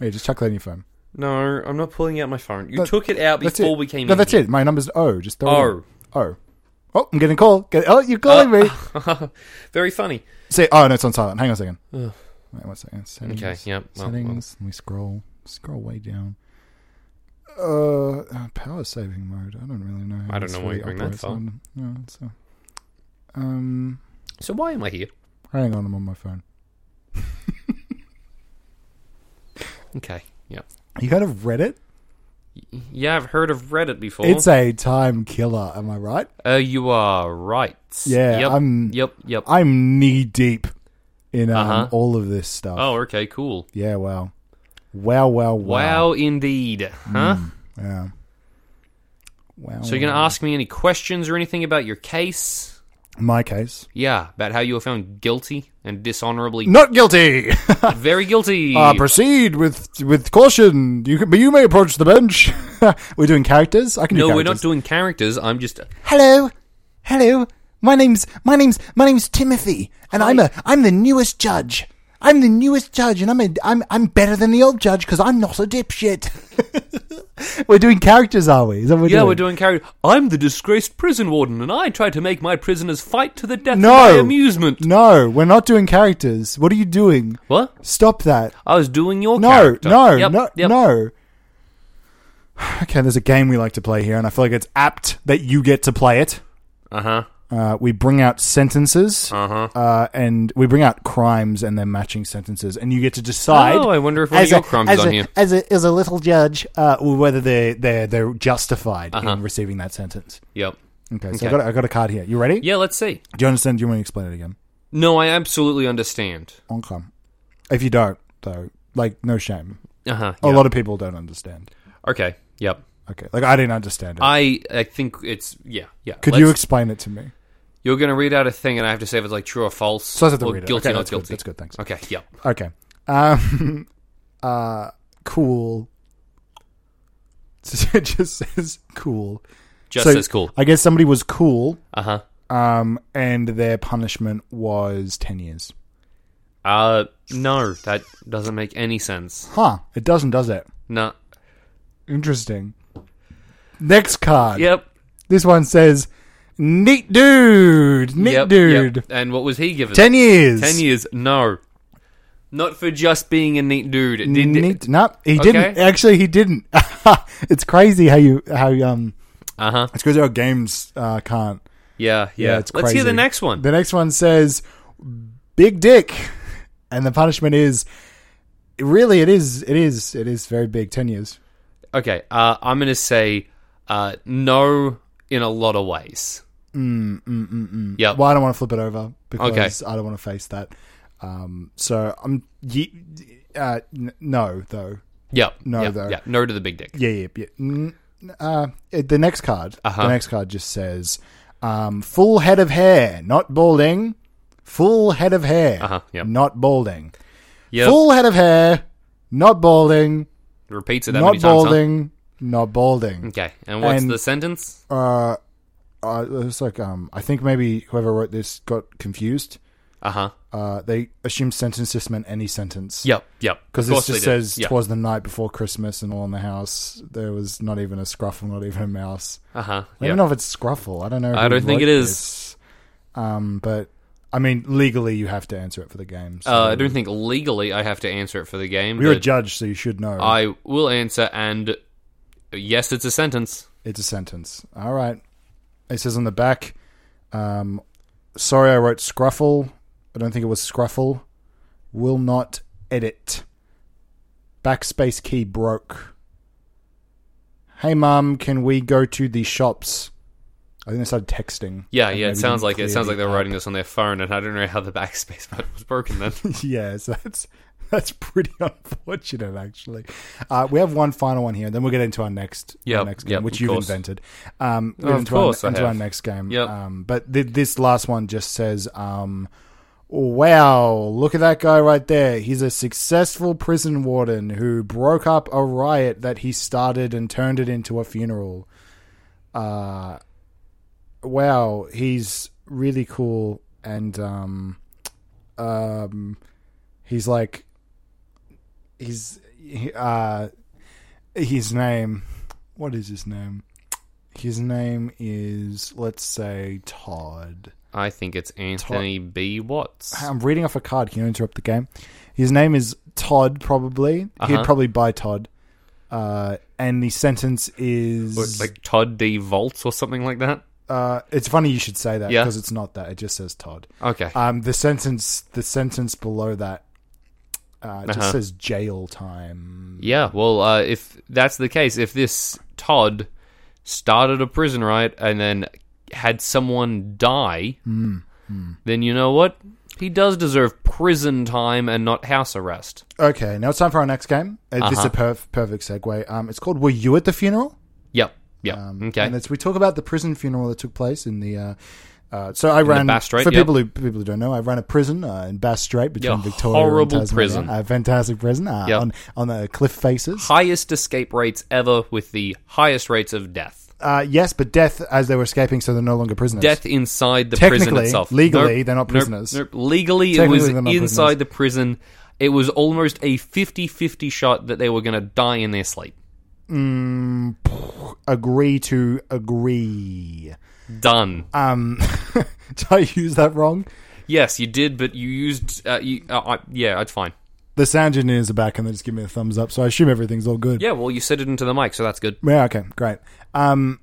[SPEAKER 1] Yeah, just chuck that in your phone.
[SPEAKER 3] No, I'm not pulling out my phone. You
[SPEAKER 1] That-
[SPEAKER 3] took it out
[SPEAKER 1] That's
[SPEAKER 3] before
[SPEAKER 1] it.
[SPEAKER 3] we came
[SPEAKER 1] no,
[SPEAKER 3] in.
[SPEAKER 1] that's it. My number's O. Just throw it.
[SPEAKER 3] Oh, Uh,
[SPEAKER 1] in. Oh. Oh, I'm getting a call. Get, oh, you're calling me.
[SPEAKER 3] Oh. [LAUGHS] very funny.
[SPEAKER 1] [LAUGHS] Say, oh no, it's on silent. Hang on a second. Wait, one second. Settings.
[SPEAKER 3] Uh. Okay, yep, well, well.
[SPEAKER 1] settings. We scroll, scroll way down. Uh, uh, power saving mode. I don't really know. How
[SPEAKER 3] I don't
[SPEAKER 1] this
[SPEAKER 3] know why
[SPEAKER 1] really
[SPEAKER 3] you're going that
[SPEAKER 1] operates
[SPEAKER 3] far.
[SPEAKER 1] on- No, it's uh, um,
[SPEAKER 3] So why am I here?
[SPEAKER 1] hang on. I'm on my phone.
[SPEAKER 3] Okay, yep.
[SPEAKER 1] You heard of Reddit?
[SPEAKER 3] Yeah, I've heard of Reddit before.
[SPEAKER 1] It's a time killer. Am I right?
[SPEAKER 3] uh, you are right.
[SPEAKER 1] Yeah,
[SPEAKER 3] Yep.
[SPEAKER 1] I'm-
[SPEAKER 3] Yep. Yep.
[SPEAKER 1] I'm knee deep in um,
[SPEAKER 3] Uh-huh.
[SPEAKER 1] all of this stuff.
[SPEAKER 3] oh, okay. Cool.
[SPEAKER 1] Yeah. Wow. Wow. Wow. Wow. Hmm.
[SPEAKER 3] Wow, indeed. Huh?
[SPEAKER 1] Yeah. Wow.
[SPEAKER 3] So you're gonna ask me any questions or anything about your case?
[SPEAKER 1] my case?
[SPEAKER 3] Yeah, about how you were found guilty and dishonorably
[SPEAKER 1] Not
[SPEAKER 3] [LAUGHS]
[SPEAKER 1] guilty.
[SPEAKER 3] very guilty.
[SPEAKER 1] Uh, proceed with with caution. You can, but you may approach the bench. [LAUGHS] we're doing characters. I can do
[SPEAKER 3] no, we're not
[SPEAKER 1] characters.
[SPEAKER 3] doing characters. I'm just
[SPEAKER 1] Hello, hello. My name's my name's my name's Timothy, and I'm a I'm the newest judge. I'm the newest judge, and I'm a I'm I'm better than the old judge because I'm not a dipshit. [LAUGHS] we're doing characters, are we? Is that what we're
[SPEAKER 3] yeah,
[SPEAKER 1] doing?
[SPEAKER 3] we're doing character. I'm the disgraced prison warden, and I try to make my prisoners fight to the death
[SPEAKER 1] No.
[SPEAKER 3] for my amusement.
[SPEAKER 1] No, we're not doing characters. What are you doing?
[SPEAKER 3] What?
[SPEAKER 1] Stop that.
[SPEAKER 3] I was doing your
[SPEAKER 1] No,
[SPEAKER 3] character.
[SPEAKER 1] no,
[SPEAKER 3] Yep,
[SPEAKER 1] no,
[SPEAKER 3] yep.
[SPEAKER 1] no. [SIGHS] Okay, there's a game we like to play here, and I feel like it's apt that you get to play it.
[SPEAKER 3] Uh huh.
[SPEAKER 1] Uh, we bring out sentences, uh-huh. and we bring out crimes and their matching sentences, and you get to decide.
[SPEAKER 3] Oh, I wonder if one of your crimes
[SPEAKER 1] as
[SPEAKER 3] is on
[SPEAKER 1] a,
[SPEAKER 3] here.
[SPEAKER 1] As a, as a little judge, uh, whether they're, they're, they're justified in receiving that sentence.
[SPEAKER 3] Yep.
[SPEAKER 1] Okay, so
[SPEAKER 3] Uh-huh. Okay.
[SPEAKER 1] I, got, a- I got a card here. You ready?
[SPEAKER 3] Yeah, let's see.
[SPEAKER 1] Do you understand? Do you want me to explain it again?
[SPEAKER 3] No, I absolutely understand.
[SPEAKER 1] Okay. If you don't, though, like, no shame.
[SPEAKER 3] Uh huh.
[SPEAKER 1] A lot of people don't understand.
[SPEAKER 3] Okay. Yep.
[SPEAKER 1] Okay, like, I didn't understand it.
[SPEAKER 3] I I think it's yeah yeah.
[SPEAKER 1] Could
[SPEAKER 3] Let's-
[SPEAKER 1] you explain it to me?
[SPEAKER 3] You're gonna read out a thing, and I have to say if it's like true or false.
[SPEAKER 1] So I have to
[SPEAKER 3] or
[SPEAKER 1] read it.
[SPEAKER 3] Guilty,
[SPEAKER 1] okay,
[SPEAKER 3] not
[SPEAKER 1] that's
[SPEAKER 3] guilty.
[SPEAKER 1] Good. That's good. Thanks.
[SPEAKER 3] Okay. Yep.
[SPEAKER 1] Okay. Um, [LAUGHS] uh, cool. [LAUGHS] it just says cool.
[SPEAKER 3] Just
[SPEAKER 1] So
[SPEAKER 3] as cool.
[SPEAKER 1] I guess somebody was cool,
[SPEAKER 3] Uh huh.
[SPEAKER 1] um, and their punishment was ten years.
[SPEAKER 3] Uh no, that doesn't make any sense.
[SPEAKER 1] Huh? It doesn't, does it?
[SPEAKER 3] No.
[SPEAKER 1] Interesting. Next card.
[SPEAKER 3] Yep.
[SPEAKER 1] This one says, "Neat dude, neat
[SPEAKER 3] Yep,
[SPEAKER 1] dude,
[SPEAKER 3] yep. And what was he given?
[SPEAKER 1] ten years,
[SPEAKER 3] Ten years. No. Not for just being a neat dude. It did-
[SPEAKER 1] Neat. No, he didn't. Actually, he didn't. [LAUGHS] it's crazy how you how um.
[SPEAKER 3] Uh-huh.
[SPEAKER 1] It's crazy how games uh, can't.
[SPEAKER 3] Yeah, yeah.
[SPEAKER 1] Yeah, it's
[SPEAKER 3] Let's hear the
[SPEAKER 1] crazy.
[SPEAKER 3] next one.
[SPEAKER 1] The next one says, "Big dick," and the punishment is really it is it is it is very big. Ten years.
[SPEAKER 3] Okay. Uh I'm gonna say uh no in a lot of ways. Mm, mm, mm, mm. Yep.
[SPEAKER 1] Well, I don't want to flip it over because
[SPEAKER 3] Okay.
[SPEAKER 1] I don't want to face that. Um, so I'm ye- uh, n- no though.
[SPEAKER 3] Yep.
[SPEAKER 1] No,
[SPEAKER 3] yep,
[SPEAKER 1] though.
[SPEAKER 3] yep. No to the big dick.
[SPEAKER 1] Yeah, yeah, yeah. Mm, uh, it- the next card.
[SPEAKER 3] Uh-huh.
[SPEAKER 1] The next card just says, um, "Full head of hair, not balding." Full head of hair,
[SPEAKER 3] Uh-huh, yep.
[SPEAKER 1] not balding.
[SPEAKER 3] Yep.
[SPEAKER 1] Full head of hair, not balding.
[SPEAKER 3] Repeats it that many
[SPEAKER 1] not
[SPEAKER 3] times. huh? Mm.
[SPEAKER 1] balding, not balding.
[SPEAKER 3] Okay. And what's
[SPEAKER 1] And-
[SPEAKER 3] the sentence?
[SPEAKER 1] Uh, uh, it's like um, I think maybe whoever wrote this got confused.
[SPEAKER 3] Uh-huh.
[SPEAKER 1] Uh, they assumed sentence just meant any sentence.
[SPEAKER 3] Yep. Yep.
[SPEAKER 1] because
[SPEAKER 3] Of course
[SPEAKER 1] this
[SPEAKER 3] they
[SPEAKER 1] just
[SPEAKER 3] did.
[SPEAKER 1] says
[SPEAKER 3] Yep.
[SPEAKER 1] twas the night before Christmas and all in the house. There was not even a scruffle, not even a mouse.
[SPEAKER 3] Uh-huh.
[SPEAKER 1] I don't
[SPEAKER 3] Yep.
[SPEAKER 1] know if it's scruffle. I don't know.
[SPEAKER 3] I
[SPEAKER 1] who
[SPEAKER 3] don't think
[SPEAKER 1] wrote
[SPEAKER 3] it is.
[SPEAKER 1] this. Um, but I mean, legally, you have to answer it for the game. So
[SPEAKER 3] Uh, I don't think legally I have to answer it for the game.
[SPEAKER 1] you're Um, a
[SPEAKER 3] but
[SPEAKER 1] judge, so you should know.
[SPEAKER 3] I will answer, and yes, it's a sentence.
[SPEAKER 1] It's a sentence. All right. It says on the back, um, sorry I wrote scruffle. I don't think it was scruffle. Will not edit. Backspace key broke. Hey, mum, can we go to the shops? I think they started texting.
[SPEAKER 3] Yeah,
[SPEAKER 1] And
[SPEAKER 3] yeah.
[SPEAKER 1] maybe
[SPEAKER 3] It sounds
[SPEAKER 1] didn't
[SPEAKER 3] like it
[SPEAKER 1] clear
[SPEAKER 3] sounds like
[SPEAKER 1] the
[SPEAKER 3] they're
[SPEAKER 1] app.
[SPEAKER 3] writing this on their phone, and I don't know how the backspace [LAUGHS] button was
[SPEAKER 1] [LAUGHS]
[SPEAKER 3] broken then.
[SPEAKER 1] yeah, so that's that's pretty [LAUGHS] unfortunate, actually. Uh, we have one final one here, and then we'll get into our next
[SPEAKER 3] Yep,
[SPEAKER 1] our next game,
[SPEAKER 3] yep,
[SPEAKER 1] which
[SPEAKER 3] of
[SPEAKER 1] you've
[SPEAKER 3] course.
[SPEAKER 1] invented. Um,
[SPEAKER 3] Oh, of
[SPEAKER 1] into our-
[SPEAKER 3] course I
[SPEAKER 1] into our
[SPEAKER 3] have.
[SPEAKER 1] next game.
[SPEAKER 3] Yep.
[SPEAKER 1] Um, but th- this last one just says, um, "Wow, look at that guy right there. He's a successful prison warden who broke up a riot that he started and turned it into a funeral." Uh, wow, he's really cool and um um he's like he's he, uh his name what is his name his name is let's say todd
[SPEAKER 3] I think it's Anthony B. Watts.
[SPEAKER 1] i'm reading off a card can you interrupt the game his name is todd probably he'd
[SPEAKER 3] Uh-huh.
[SPEAKER 1] probably buy todd uh and the sentence is
[SPEAKER 3] Or it's like Todd D. Volts or something like that.
[SPEAKER 1] uh it's funny you should say that
[SPEAKER 3] Yeah.
[SPEAKER 1] because it's not that it just says todd
[SPEAKER 3] Okay.
[SPEAKER 1] um the sentence the sentence below that uh just
[SPEAKER 3] Uh-huh.
[SPEAKER 1] says jail time
[SPEAKER 3] yeah. Well, uh, if that's the case, if this Todd started a prison riot and then had someone die,
[SPEAKER 1] Hmm,
[SPEAKER 3] then you know what? He does deserve prison time and not house arrest.
[SPEAKER 1] Okay, now it's time for our next game. Uh, This is a
[SPEAKER 3] Uh-huh.
[SPEAKER 1] perf- perfect segue. Um, it's called "Were You at the Funeral?"
[SPEAKER 3] Yep. Yep.
[SPEAKER 1] Um,
[SPEAKER 3] okay.
[SPEAKER 1] and it's we talk about the prison funeral that took place in the. Uh, uh, so I ran
[SPEAKER 3] Bass Strait,
[SPEAKER 1] for
[SPEAKER 3] yep.
[SPEAKER 1] people who people who don't know. I ran a prison uh, in Bass Strait between
[SPEAKER 3] Yeah,
[SPEAKER 1] Victoria
[SPEAKER 3] horrible
[SPEAKER 1] and Tasmania.
[SPEAKER 3] prison.
[SPEAKER 1] A fantastic prison uh,
[SPEAKER 3] Yep.
[SPEAKER 1] on on the cliff faces.
[SPEAKER 3] highest escape rates ever with the highest rates of death.
[SPEAKER 1] Uh, yes, but death as they were escaping, so they're no longer prisoners.
[SPEAKER 3] Death inside the
[SPEAKER 1] Technically,
[SPEAKER 3] prison itself.
[SPEAKER 1] legally, they're not prisoners.
[SPEAKER 3] Nope, Legally, it
[SPEAKER 1] Technically,
[SPEAKER 3] was
[SPEAKER 1] they're not
[SPEAKER 3] inside
[SPEAKER 1] prisoners.
[SPEAKER 3] the prison. It was almost a 50 50 shot that they were going to die in their sleep.
[SPEAKER 1] Agree to agree.
[SPEAKER 3] Done.
[SPEAKER 1] Um, [LAUGHS] did I use that wrong?
[SPEAKER 3] yes, you did, but you used. Uh, you, uh, I, yeah, that's fine.
[SPEAKER 1] The sound engineers are back and they just give me a thumbs up, so I assume everything's all good.
[SPEAKER 3] Yeah, well, you said it into the mic, so that's good.
[SPEAKER 1] Yeah. Okay. Great. Um,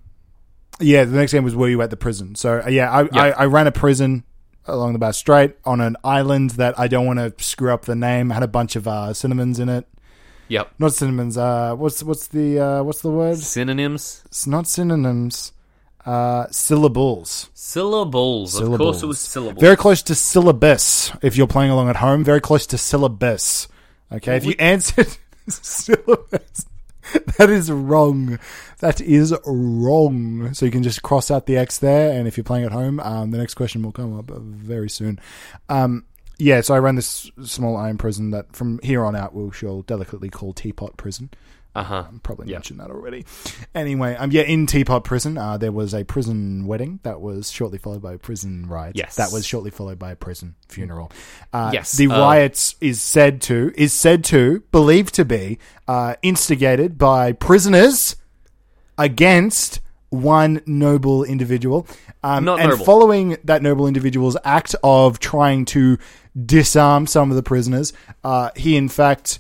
[SPEAKER 1] yeah. The next game was were you at the prison? So uh, yeah, I, I, I ran a prison along the Bass Strait on an island that I don't want to screw up the name. Had a bunch of uh, cinnamons in it.
[SPEAKER 3] Yep.
[SPEAKER 1] Not cinnamons. Uh, what's what's the uh, what's the word?
[SPEAKER 3] Synonyms?
[SPEAKER 1] It's not synonyms. Uh, syllables.
[SPEAKER 3] Syllables. Of course,
[SPEAKER 1] Syllables.
[SPEAKER 3] it was syllables.
[SPEAKER 1] Very close to syllabus. If you're playing along at home, very close to syllabus. Okay. If you answered [LAUGHS] syllabus. That is wrong. That is wrong. So you can just cross out the X there, and if you're playing at home, um, the next question will come up uh, very soon. Um, yeah, so I ran this small iron prison that from here on out we'll shall delicately call Teapot Prison.
[SPEAKER 3] uh huh.
[SPEAKER 1] Probably mentioned that already. Anyway, um, yeah, in Teapot Prison, uh, there was a prison wedding that was shortly followed by a prison riot.
[SPEAKER 3] Yes.
[SPEAKER 1] that was shortly followed by a prison funeral. Uh,
[SPEAKER 3] Yes,
[SPEAKER 1] the
[SPEAKER 3] uh,
[SPEAKER 1] riots is said to is said to believed to be uh, instigated by prisoners against one noble individual. Um,
[SPEAKER 3] Not
[SPEAKER 1] and
[SPEAKER 3] noble.
[SPEAKER 1] following that noble individual's act of trying to disarm some of the prisoners, uh, he in fact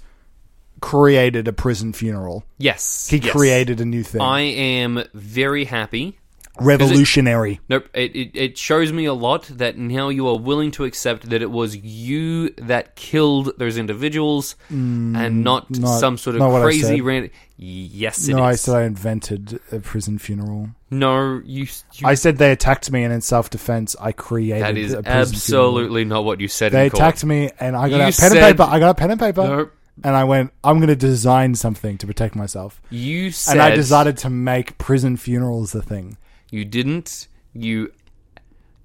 [SPEAKER 1] created a prison funeral.
[SPEAKER 3] Yes.
[SPEAKER 1] He
[SPEAKER 3] yes.
[SPEAKER 1] created a new thing.
[SPEAKER 3] I am very happy
[SPEAKER 1] Revolutionary.
[SPEAKER 3] Nope. It, it, it shows me a lot that now you are willing to accept that it was you that killed those individuals and not,
[SPEAKER 1] Mm, not-
[SPEAKER 3] some sort
[SPEAKER 1] not what
[SPEAKER 3] of
[SPEAKER 1] I
[SPEAKER 3] crazy
[SPEAKER 1] said.
[SPEAKER 3] random. Yes, it
[SPEAKER 1] no, I
[SPEAKER 3] is.
[SPEAKER 1] said I invented a prison funeral.
[SPEAKER 3] no, you. you
[SPEAKER 1] I said they attacked me, and in self-defense, I created.
[SPEAKER 3] that is
[SPEAKER 1] a prison funeral.
[SPEAKER 3] absolutely not what you said.
[SPEAKER 1] They
[SPEAKER 3] in court.
[SPEAKER 1] attacked me, and I got
[SPEAKER 3] You
[SPEAKER 1] out pen
[SPEAKER 3] said-
[SPEAKER 1] and paper. I got out pen and paper,
[SPEAKER 3] Nope.
[SPEAKER 1] and I went. I'm going to design something to protect myself,
[SPEAKER 3] You said
[SPEAKER 1] and I decided to make prison funerals the thing.
[SPEAKER 3] you didn't. You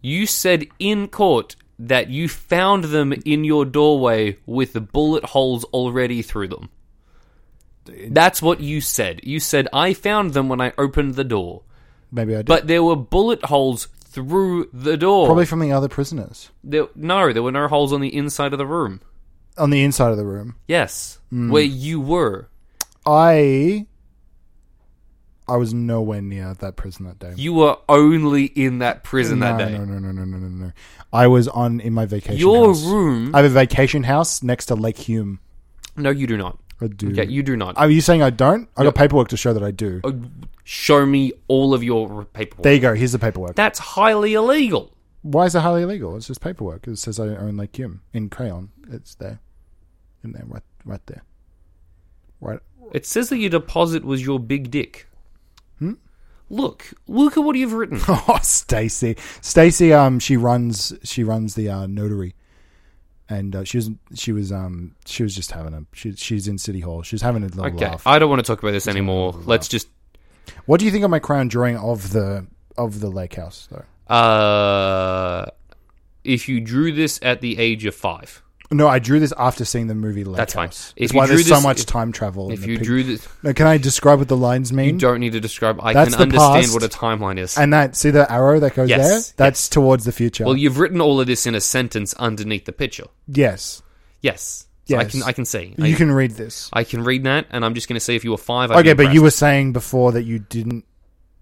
[SPEAKER 3] you said in court that you found them in your doorway with the bullet holes already through them. That's what you said. You said I found them when I opened the door.
[SPEAKER 1] Maybe I did,
[SPEAKER 3] But there were bullet holes through the door.
[SPEAKER 1] probably from the other prisoners
[SPEAKER 3] There, no, there were no holes on the inside of the room.
[SPEAKER 1] on the inside of the room.
[SPEAKER 3] Yes, where you were.
[SPEAKER 1] I I was nowhere near that prison that day.
[SPEAKER 3] You were only in that prison
[SPEAKER 1] no,
[SPEAKER 3] that day.
[SPEAKER 1] no, no, no, no, no, no, no. I was on in my vacation.
[SPEAKER 3] Your
[SPEAKER 1] house.
[SPEAKER 3] room.
[SPEAKER 1] I have a vacation house next to Lake Hume.
[SPEAKER 3] no, you do not.
[SPEAKER 1] I do.
[SPEAKER 3] Yeah, you do not.
[SPEAKER 1] Are you saying I don't? I got paperwork to show that I do.
[SPEAKER 3] Uh, Show me all of your paperwork.
[SPEAKER 1] There you go. Here's the paperwork.
[SPEAKER 3] That's highly illegal.
[SPEAKER 1] Why is it highly illegal? It's just paperwork. It says I own Lake Hume in crayon. It's there, in there, right, right there, right. [LAUGHS]
[SPEAKER 3] It says that your deposit was your big dick. Hmm? Look, look at what
[SPEAKER 1] [LAUGHS]
[SPEAKER 3] you've written.
[SPEAKER 1] Oh, Stacy. Stacy. Um, she runs. She runs the uh, notary, and uh, she was. She was. Um, she was just having a. She, she's in City Hall. She's having a little
[SPEAKER 3] Okay,
[SPEAKER 1] laugh.
[SPEAKER 3] I don't want to talk about this anymore. Let's just.
[SPEAKER 1] what do you think of my crayon drawing of the of the lake house though?
[SPEAKER 3] Uh, if you drew this at the age of five,
[SPEAKER 1] No, I drew this after seeing the movie Lake
[SPEAKER 3] That's fine.
[SPEAKER 1] House.
[SPEAKER 3] If
[SPEAKER 1] It's
[SPEAKER 3] you
[SPEAKER 1] why
[SPEAKER 3] drew
[SPEAKER 1] there's so
[SPEAKER 3] this-
[SPEAKER 1] much
[SPEAKER 3] if-
[SPEAKER 1] time travel. in
[SPEAKER 3] if
[SPEAKER 1] the
[SPEAKER 3] you
[SPEAKER 1] pic-
[SPEAKER 3] drew this,
[SPEAKER 1] No, can I describe what the lines mean?
[SPEAKER 3] you don't need to describe. I
[SPEAKER 1] That's
[SPEAKER 3] can
[SPEAKER 1] the
[SPEAKER 3] understand
[SPEAKER 1] past.
[SPEAKER 3] what a timeline is.
[SPEAKER 1] and that see the arrow that goes
[SPEAKER 3] Yes,
[SPEAKER 1] there?
[SPEAKER 3] yes.
[SPEAKER 1] That's towards the future.
[SPEAKER 3] well, you've written all of this in a sentence underneath the picture.
[SPEAKER 1] yes.
[SPEAKER 3] Yes, So I
[SPEAKER 1] Yes.
[SPEAKER 3] can. I can see. I,
[SPEAKER 1] You can read this.
[SPEAKER 3] I can read that, and I'm just going to say if you were five. I'd be
[SPEAKER 1] Okay, but you
[SPEAKER 3] impressed.
[SPEAKER 1] were saying before that you didn't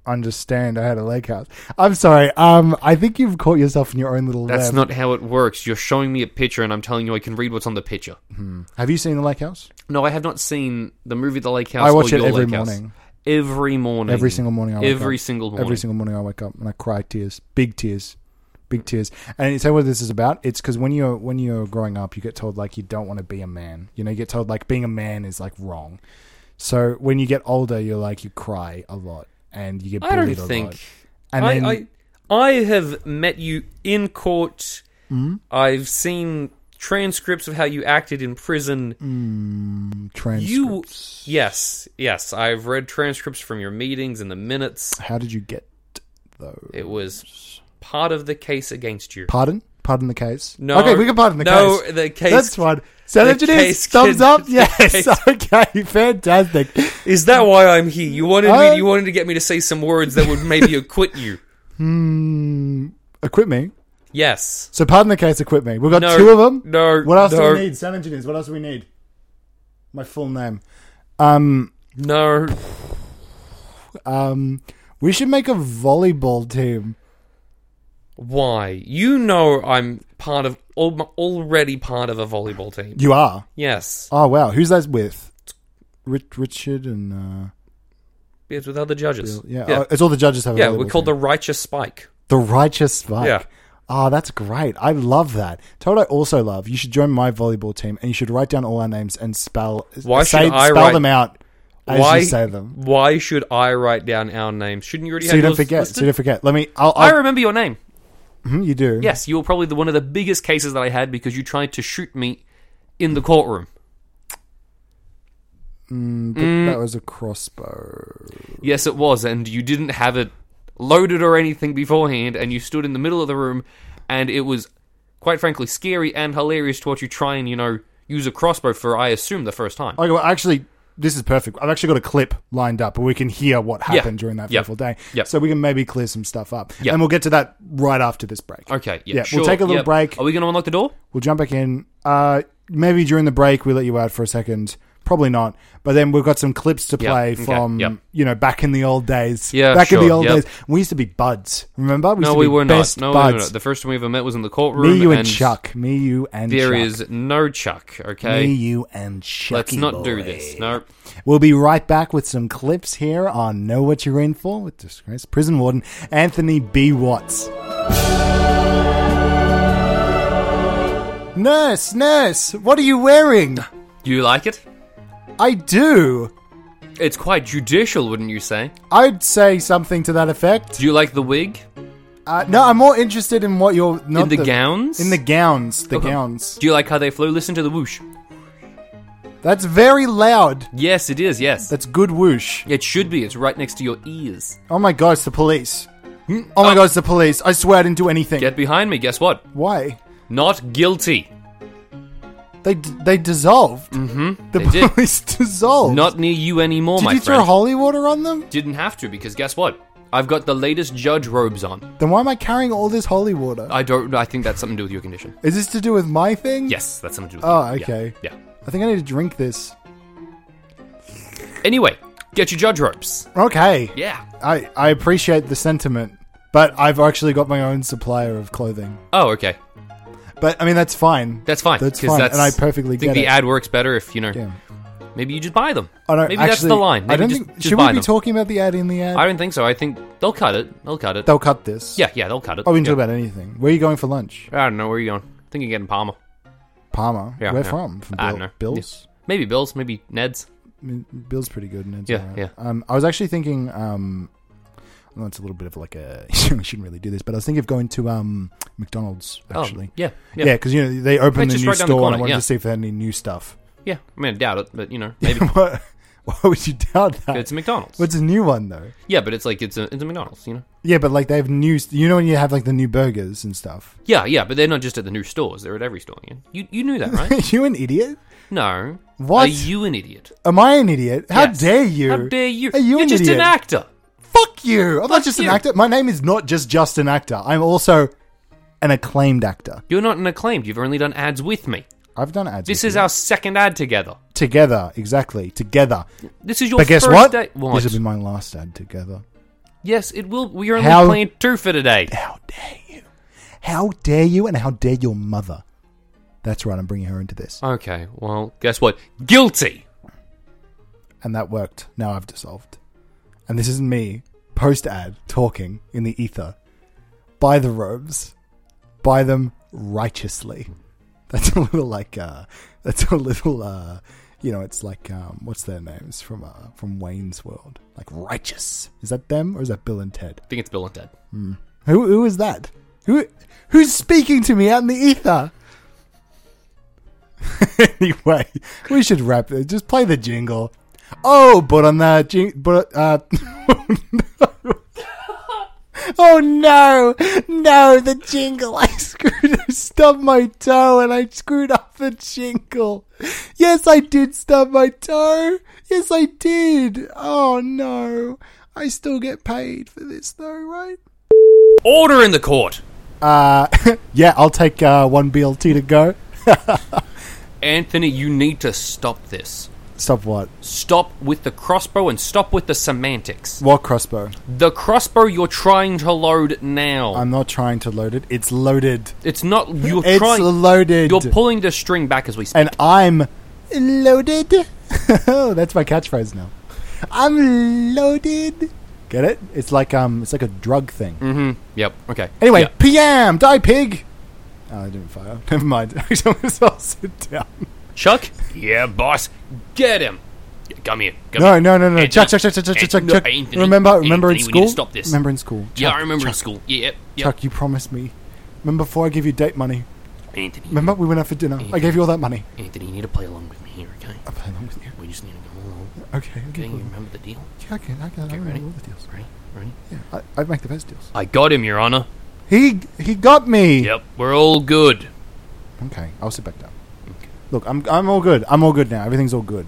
[SPEAKER 1] understand I had a lake house. I'm sorry. Um I think you've caught yourself in your own little
[SPEAKER 3] That's
[SPEAKER 1] web.
[SPEAKER 3] not how it works. You're showing me a picture, and I'm telling you I can read what's on the picture.
[SPEAKER 1] Have you seen the lake house?
[SPEAKER 3] No, I have not seen the movie The Lake House.
[SPEAKER 1] I watch
[SPEAKER 3] or
[SPEAKER 1] it
[SPEAKER 3] Your
[SPEAKER 1] every
[SPEAKER 3] Lake House.
[SPEAKER 1] morning.
[SPEAKER 3] Every morning.
[SPEAKER 1] Every single morning I wake
[SPEAKER 3] Every
[SPEAKER 1] up.
[SPEAKER 3] single morning.
[SPEAKER 1] Every single morning I wake up and I cry tears, big tears, big tears. And you say what this is about? It's because when you're when you're growing up, you get told like you don't want to be a man. You know, you get told like being a man is like wrong. So when you get older, you're like you cry a lot and you get
[SPEAKER 3] I
[SPEAKER 1] bullied
[SPEAKER 3] don't
[SPEAKER 1] a
[SPEAKER 3] think.
[SPEAKER 1] lot. And
[SPEAKER 3] I,
[SPEAKER 1] then
[SPEAKER 3] I I have met you in court.
[SPEAKER 1] Hmm?
[SPEAKER 3] I've seen transcripts of how you acted in prison.
[SPEAKER 1] Mm. transcript.
[SPEAKER 3] You yes, yes. I've read transcripts from your meetings and the minutes.
[SPEAKER 1] How did you get though?
[SPEAKER 3] It was part of the case against you.
[SPEAKER 1] Pardon? Pardon the case?
[SPEAKER 3] No.
[SPEAKER 1] Okay, we can pardon the
[SPEAKER 3] No,
[SPEAKER 1] case.
[SPEAKER 3] the case-
[SPEAKER 1] That's fine. Sound
[SPEAKER 3] the
[SPEAKER 1] engineers,
[SPEAKER 3] case
[SPEAKER 1] thumbs
[SPEAKER 3] can-
[SPEAKER 1] up.
[SPEAKER 3] [LAUGHS] the
[SPEAKER 1] Yes.
[SPEAKER 3] case-
[SPEAKER 1] [LAUGHS] Okay. Fantastic.
[SPEAKER 3] Is that why I'm here? You wanted
[SPEAKER 1] Mm. I-
[SPEAKER 3] me. You wanted to get me to say some words that would maybe acquit you.
[SPEAKER 1] Mm, Equip me.
[SPEAKER 3] Yes.
[SPEAKER 1] So pardon the case. Equip me. We've got
[SPEAKER 3] No.
[SPEAKER 1] two of them.
[SPEAKER 3] No.
[SPEAKER 1] What else
[SPEAKER 3] no,
[SPEAKER 1] do we need? Sound engineers. What else do we need? My full name. Um,
[SPEAKER 3] No.
[SPEAKER 1] um, we should make a volleyball team.
[SPEAKER 3] Why? You know I'm part of al- already part of a volleyball team.
[SPEAKER 1] You are.
[SPEAKER 3] Yes,
[SPEAKER 1] Oh wow. Who's that with? Rich, Richard and uh,
[SPEAKER 3] it's with other judges.
[SPEAKER 1] yeah.
[SPEAKER 3] yeah.
[SPEAKER 1] Oh, it's all the judges have. a
[SPEAKER 3] Yeah,
[SPEAKER 1] volleyball
[SPEAKER 3] we're called
[SPEAKER 1] team.
[SPEAKER 3] the righteous spike.
[SPEAKER 1] the righteous spike.
[SPEAKER 3] Yeah.
[SPEAKER 1] Oh, that's great. I love that. Tell what I also love. You should join my volleyball team, and you should write down all our names and spell.
[SPEAKER 3] Why
[SPEAKER 1] say,
[SPEAKER 3] should I
[SPEAKER 1] spell
[SPEAKER 3] write-
[SPEAKER 1] them out as
[SPEAKER 3] why
[SPEAKER 1] you say them?
[SPEAKER 3] Why should I write down our names? Shouldn't you already
[SPEAKER 1] So
[SPEAKER 3] have
[SPEAKER 1] you don't
[SPEAKER 3] yours
[SPEAKER 1] forget.
[SPEAKER 3] listed?
[SPEAKER 1] So you don't forget. Let me. I'll,
[SPEAKER 3] I
[SPEAKER 1] I'll,
[SPEAKER 3] remember your name.
[SPEAKER 1] hmm, you do.
[SPEAKER 3] Yes, you were probably the, one of the biggest cases that I had because you tried to shoot me in the courtroom.
[SPEAKER 1] But That was a crossbow.
[SPEAKER 3] Yes, it was, and you didn't have it loaded or anything beforehand, and you stood in the middle of the room, and it was quite frankly scary and hilarious to watch you try and you know use a crossbow for I assume the first time.
[SPEAKER 1] Okay, well, actually, this is perfect. I've actually got a clip lined up where we can hear what happened during that
[SPEAKER 3] Yeah.
[SPEAKER 1] fateful day.
[SPEAKER 3] Yeah.
[SPEAKER 1] So we can maybe clear some stuff up.
[SPEAKER 3] Yeah.
[SPEAKER 1] And we'll get to that right after this break.
[SPEAKER 3] Okay, yeah,
[SPEAKER 1] Yeah, we'll
[SPEAKER 3] sure,
[SPEAKER 1] take a little
[SPEAKER 3] yeah.
[SPEAKER 1] break.
[SPEAKER 3] Are we going to unlock the door?
[SPEAKER 1] We'll jump back in. Uh, maybe during the break, we let you out for a second. Probably not. But then we've got some clips to
[SPEAKER 3] Yeah,
[SPEAKER 1] play
[SPEAKER 3] okay,
[SPEAKER 1] from,
[SPEAKER 3] yeah.
[SPEAKER 1] you know, back in the old days.
[SPEAKER 3] Yeah,
[SPEAKER 1] Back in the
[SPEAKER 3] sure,
[SPEAKER 1] old
[SPEAKER 3] yeah.
[SPEAKER 1] days. We used to be buds. Remember? used
[SPEAKER 3] No,
[SPEAKER 1] to
[SPEAKER 3] we
[SPEAKER 1] be
[SPEAKER 3] were not.
[SPEAKER 1] best
[SPEAKER 3] No, we were
[SPEAKER 1] buds.
[SPEAKER 3] not. The first time we ever met was in the courtroom.
[SPEAKER 1] Me, you, and,
[SPEAKER 3] and
[SPEAKER 1] Chuck. Me, you, and
[SPEAKER 3] There
[SPEAKER 1] Chuck.
[SPEAKER 3] is no Chuck. Okay,
[SPEAKER 1] Me, you, and Chuck.
[SPEAKER 3] let's not do this. No,
[SPEAKER 1] We'll be right back with some clips here on Know What You're In For with disgraced prison warden Anthony B. Watts. Nurse, nurse, what are you wearing?
[SPEAKER 3] do you like it?
[SPEAKER 1] I do.
[SPEAKER 3] It's quite judicial, wouldn't you say?
[SPEAKER 1] I'd say something to that effect.
[SPEAKER 3] Do you like the wig?
[SPEAKER 1] Uh, no, I'm more interested in what you're not
[SPEAKER 3] in the, gowns?
[SPEAKER 1] In the gowns, the
[SPEAKER 3] Okay.
[SPEAKER 1] gowns.
[SPEAKER 3] Do you like how they flow? Listen to the whoosh.
[SPEAKER 1] That's very loud.
[SPEAKER 3] Yes, it is. Yes.
[SPEAKER 1] That's good whoosh.
[SPEAKER 3] It should be. It's right next to your ears.
[SPEAKER 1] Oh my god, it's the police. Oh my god, it's the police. I swear I didn't do anything.
[SPEAKER 3] Get behind me. Guess what?
[SPEAKER 1] Why?
[SPEAKER 3] Not guilty.
[SPEAKER 1] They they dissolved. Mm-hmm. The
[SPEAKER 3] they did.
[SPEAKER 1] police [LAUGHS] dissolved.
[SPEAKER 3] Not near you anymore,
[SPEAKER 1] did
[SPEAKER 3] my
[SPEAKER 1] you
[SPEAKER 3] friend.
[SPEAKER 1] throw holy water on them?
[SPEAKER 3] Didn't have to because guess what? I've got the latest judge robes on.
[SPEAKER 1] Then why am I carrying all this holy water?
[SPEAKER 3] I don't. I think that's something to do with your condition.
[SPEAKER 1] Is this to do with my thing?
[SPEAKER 3] Yes, that's something to do with.
[SPEAKER 1] Oh,
[SPEAKER 3] it. Yeah,
[SPEAKER 1] okay.
[SPEAKER 3] Yeah.
[SPEAKER 1] I think I need to drink this.
[SPEAKER 3] Anyway, Get your judge ropes.
[SPEAKER 1] Okay.
[SPEAKER 3] Yeah.
[SPEAKER 1] I, I appreciate the sentiment, but I've actually got my own supplier of clothing.
[SPEAKER 3] Oh, okay.
[SPEAKER 1] But I mean, that's fine.
[SPEAKER 3] That's fine.
[SPEAKER 1] That's
[SPEAKER 3] 'cause
[SPEAKER 1] fine, and I perfectly get
[SPEAKER 3] think the
[SPEAKER 1] it.
[SPEAKER 3] ad works better if you know.
[SPEAKER 1] Damn.
[SPEAKER 3] Maybe you just buy them.
[SPEAKER 1] I don't,
[SPEAKER 3] maybe
[SPEAKER 1] actually,
[SPEAKER 3] that's the line. Maybe
[SPEAKER 1] I don't
[SPEAKER 3] just,
[SPEAKER 1] think,
[SPEAKER 3] just
[SPEAKER 1] should we
[SPEAKER 3] buy
[SPEAKER 1] be
[SPEAKER 3] them.
[SPEAKER 1] talking about the ad in the ad?
[SPEAKER 3] I don't think so. I think they'll cut it. They'll cut it.
[SPEAKER 1] They'll cut this.
[SPEAKER 3] yeah, yeah, they'll cut it.
[SPEAKER 1] Oh, we can
[SPEAKER 3] Yeah.
[SPEAKER 1] talk about anything. Where are you going for lunch?
[SPEAKER 3] I don't know where are you going. I think you're getting Palmer.
[SPEAKER 1] Palmer.
[SPEAKER 3] Yeah,
[SPEAKER 1] Where
[SPEAKER 3] yeah.
[SPEAKER 1] from? From
[SPEAKER 3] I
[SPEAKER 1] Bill-
[SPEAKER 3] don't know.
[SPEAKER 1] Bill's?
[SPEAKER 3] Maybe Bills. Maybe Ned's.
[SPEAKER 1] I mean, Bill's pretty good. And it's
[SPEAKER 3] Yeah,
[SPEAKER 1] alright.
[SPEAKER 3] yeah.
[SPEAKER 1] Um, I was actually thinking, um, well, it's a little bit of like a, [LAUGHS] I shouldn't really do this, but I was thinking of going to um, McDonald's, actually.
[SPEAKER 3] oh, yeah, yeah,
[SPEAKER 1] Yeah, because you know they opened the
[SPEAKER 3] just
[SPEAKER 1] new
[SPEAKER 3] right down the
[SPEAKER 1] store, and I
[SPEAKER 3] corner,
[SPEAKER 1] wanted
[SPEAKER 3] yeah.
[SPEAKER 1] to see if they had any new stuff.
[SPEAKER 3] yeah. I mean, I doubt it, but you know,
[SPEAKER 1] [LAUGHS]
[SPEAKER 3] maybe
[SPEAKER 1] Why would you doubt that?
[SPEAKER 3] it's a McDonald's.
[SPEAKER 1] What's a new one though?
[SPEAKER 3] yeah, but it's like it's a it's a McDonald's, you know.
[SPEAKER 1] Yeah, but like they have new. You know when you have like the new burgers and stuff. [LAUGHS]
[SPEAKER 3] Yeah, yeah, but they're not just at the new stores; they're at every store. You you, you knew that,
[SPEAKER 1] [LAUGHS]
[SPEAKER 3] right?
[SPEAKER 1] Are you an idiot?
[SPEAKER 3] no.
[SPEAKER 1] What?
[SPEAKER 3] Are you an idiot?
[SPEAKER 1] Am I an idiot? How
[SPEAKER 3] Yes.
[SPEAKER 1] dare you?
[SPEAKER 3] How dare you?
[SPEAKER 1] Are you
[SPEAKER 3] are
[SPEAKER 1] an
[SPEAKER 3] just
[SPEAKER 1] idiot?
[SPEAKER 3] an actor.
[SPEAKER 1] Fuck you! I'm not just an
[SPEAKER 3] you.
[SPEAKER 1] actor. My name is not just just an actor. I'm also an acclaimed actor.
[SPEAKER 3] You're not an acclaimed. You've only done ads with me.
[SPEAKER 1] I've done ads.
[SPEAKER 3] This
[SPEAKER 1] with
[SPEAKER 3] is
[SPEAKER 1] you.
[SPEAKER 3] our second ad together.
[SPEAKER 1] together exactly together.
[SPEAKER 3] This is your
[SPEAKER 1] But guess
[SPEAKER 3] first
[SPEAKER 1] what?
[SPEAKER 3] day.
[SPEAKER 1] This
[SPEAKER 3] What?
[SPEAKER 1] will be my last ad together.
[SPEAKER 3] yes, it will. We are only
[SPEAKER 1] How-
[SPEAKER 3] playing two
[SPEAKER 1] [LAUGHS]
[SPEAKER 3] for today.
[SPEAKER 1] How dare you? How dare you? And how dare your mother? That's right. I'm bringing her into this,
[SPEAKER 3] Okay. Well, guess what? Guilty.
[SPEAKER 1] and that worked. Now I've dissolved, and this is me post ad talking in the ether. Buy the robes, buy them righteously. [LAUGHS] That's a little like uh, that's a little uh, you know, it's like um, what's their names from uh, from Wayne's World? Like righteous. Is that them or is that Bill and Ted?
[SPEAKER 3] I think it's Bill and Ted.
[SPEAKER 1] Who who is that? Who who's speaking to me out in the ether? [LAUGHS] anyway, we should wrap it. Just play the jingle. Oh, but on the jing, but uh, [LAUGHS] oh no, no, the jingle! I screwed, [LAUGHS] I stubbed my toe, and I screwed up the jingle. Yes, I did stub my toe. Yes, I did. Oh no, I still get paid for this though, right?
[SPEAKER 3] Order in the court.
[SPEAKER 1] Uh, [LAUGHS] yeah, I'll take uh, one BLT to go.
[SPEAKER 3] Anthony, you need to stop this.
[SPEAKER 1] Stop what?
[SPEAKER 3] Stop with the crossbow and stop with the semantics.
[SPEAKER 1] What crossbow?
[SPEAKER 3] The crossbow you're trying to load now.
[SPEAKER 1] I'm not trying to load it. It's loaded.
[SPEAKER 3] it's not you're
[SPEAKER 1] Um, it's
[SPEAKER 3] trying
[SPEAKER 1] loaded.
[SPEAKER 3] you're pulling the string back as we speak.
[SPEAKER 1] and I'm loaded. [LAUGHS] oh, that's my catchphrase now. I'm loaded. Get it? It's like um, it's like a drug thing.
[SPEAKER 3] mm-hmm. Yep. Okay.
[SPEAKER 1] Anyway,
[SPEAKER 3] Yeah.
[SPEAKER 1] PM, die pig. Oh, I didn't fire. [LAUGHS] Never mind. Actually, I'll sit down.
[SPEAKER 3] Chuck? Yeah, boss. Get him. Yeah, Come here. Come
[SPEAKER 1] No,
[SPEAKER 3] here.
[SPEAKER 1] no, no, no.
[SPEAKER 3] Anthony,
[SPEAKER 1] Chuck, Chuck, Chuck, Chuck, Chuck,
[SPEAKER 3] Anthony,
[SPEAKER 1] Chuck,
[SPEAKER 3] no,
[SPEAKER 1] Chuck.
[SPEAKER 3] Anthony,
[SPEAKER 1] Remember, remember in
[SPEAKER 3] Anthony, we need
[SPEAKER 1] school.
[SPEAKER 3] to stop this.
[SPEAKER 1] Remember in school.
[SPEAKER 3] yeah,
[SPEAKER 1] Chuck,
[SPEAKER 3] I remember in
[SPEAKER 1] Chuck,
[SPEAKER 3] school. Yeah, yep. yep.
[SPEAKER 1] Chuck, you promised me. Remember before I gave you date money?
[SPEAKER 3] Anthony.
[SPEAKER 1] Remember we went out for dinner? I gave you all that [LAUGHS] money.
[SPEAKER 3] Anthony, you need to play along with me here, okay?
[SPEAKER 1] I play along with you.
[SPEAKER 3] We just need to go along.
[SPEAKER 1] Okay.
[SPEAKER 3] Okay,
[SPEAKER 1] Okay.
[SPEAKER 3] you remember the deal?
[SPEAKER 1] I can. I can. I
[SPEAKER 3] ready?
[SPEAKER 1] remember all the deals.
[SPEAKER 3] Ready? Ready?
[SPEAKER 1] Yeah. I, I'd make the best deals.
[SPEAKER 3] I got him, Your Honor.
[SPEAKER 1] He he got me.
[SPEAKER 3] Yep, we're all good.
[SPEAKER 1] Okay. I'll sit back down. Look, I'm I'm all good. I'm all good now. Everything's all good.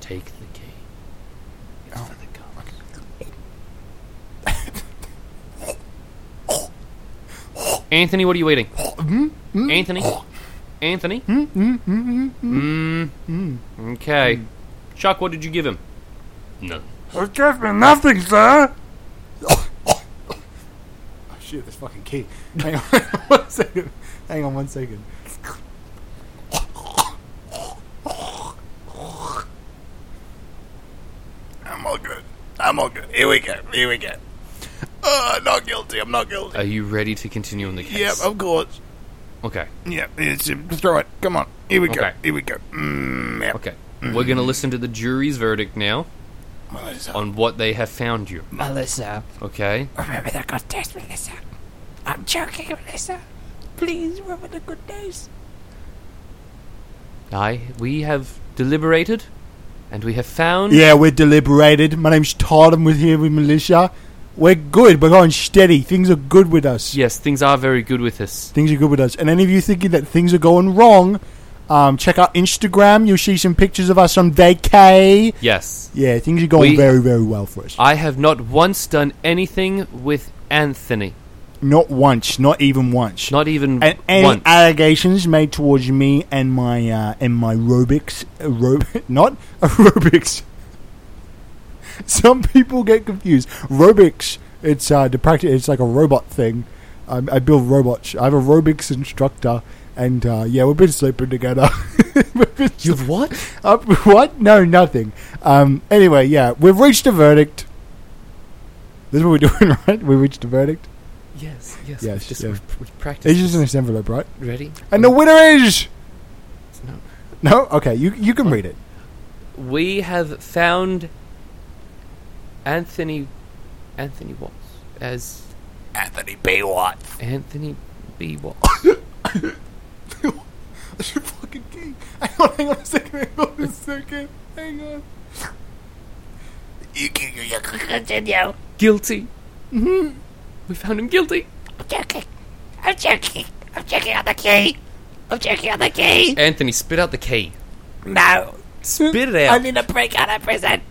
[SPEAKER 3] Take the key. It's for the cops. Anthony, what are you eating? Anthony? Anthony? Mm. Okay. Chuck, what did you give him? No.
[SPEAKER 2] Give me nothing, sir.
[SPEAKER 1] Oh shit! This fucking key. Hang on [LAUGHS] one second. Hang on one second.
[SPEAKER 2] I'm all good. I'm all good. Here we go. Here we go. Uh, not guilty. I'm not guilty.
[SPEAKER 3] Are you ready to continue in the case?
[SPEAKER 2] Yep,
[SPEAKER 1] oh.
[SPEAKER 2] of course.
[SPEAKER 3] Okay.
[SPEAKER 2] Yep, it's, throw it. Come on. Here we go.
[SPEAKER 3] Okay.
[SPEAKER 2] Here we go. Mm, yep.
[SPEAKER 3] Okay. We're going to listen to the jury's verdict now
[SPEAKER 2] Melissa.
[SPEAKER 3] on what they have found you.
[SPEAKER 2] Melissa.
[SPEAKER 3] Okay?
[SPEAKER 2] Remember that good days, Melissa. I'm joking, Melissa. Please remember the good days.
[SPEAKER 3] I we have deliberated and we have found
[SPEAKER 1] Yeah, we're deliberated. My name's Todd. I'm with here with Militia. We're good. We're going steady. Things are good with us.
[SPEAKER 3] Yes, things are very good with us.
[SPEAKER 1] Things are good with us. And any of you thinking that things are going wrong, um, check out Instagram. You'll see some pictures of us on vacay.
[SPEAKER 3] Yes.
[SPEAKER 1] Yeah, things are going
[SPEAKER 3] We-
[SPEAKER 1] very, very well for us.
[SPEAKER 3] I have not once done anything with Anthony.
[SPEAKER 1] not once, not even once.
[SPEAKER 3] Not even
[SPEAKER 1] and any
[SPEAKER 3] once.
[SPEAKER 1] allegations made towards me and [LAUGHS] my uh, and my aerobics, aerob- not aerobics, [LAUGHS] Some people get confused. Robix. It's uh, to practice. It's like a robot thing. I, I build robots. I have a Robix instructor, and uh, yeah, we've been sleeping together. [LAUGHS] We've been
[SPEAKER 4] You've what?
[SPEAKER 1] uh, [LAUGHS] what? No, nothing. Um, anyway, yeah, we've reached a verdict. This is what we're [LAUGHS] doing, right? We reached a verdict.
[SPEAKER 4] Yes, yes.
[SPEAKER 1] Yes,
[SPEAKER 4] we've just
[SPEAKER 1] yeah.
[SPEAKER 4] we've, we've practiced.
[SPEAKER 1] It's just in this envelope, right?
[SPEAKER 4] ready?
[SPEAKER 1] And the winner is
[SPEAKER 4] No.
[SPEAKER 1] no. Okay, you you can [LAUGHS] read it.
[SPEAKER 3] We have found Anthony Anthony Watts as
[SPEAKER 2] Anthony B. Watts.
[SPEAKER 3] Anthony B. Watts. [LAUGHS]
[SPEAKER 1] That's your fucking key. [LAUGHS] Hang on, hang on a second. Hang on a second. Hang on.
[SPEAKER 2] You can you can continue.
[SPEAKER 3] guilty.
[SPEAKER 2] Mm-hmm.
[SPEAKER 3] We found him guilty.
[SPEAKER 2] I'm checking. I'm checking. I'm checking on the key. I'm checking on the key.
[SPEAKER 3] Anthony, spit out the key.
[SPEAKER 2] No.
[SPEAKER 3] Spit it
[SPEAKER 2] I
[SPEAKER 3] out.
[SPEAKER 2] need a break out of prison.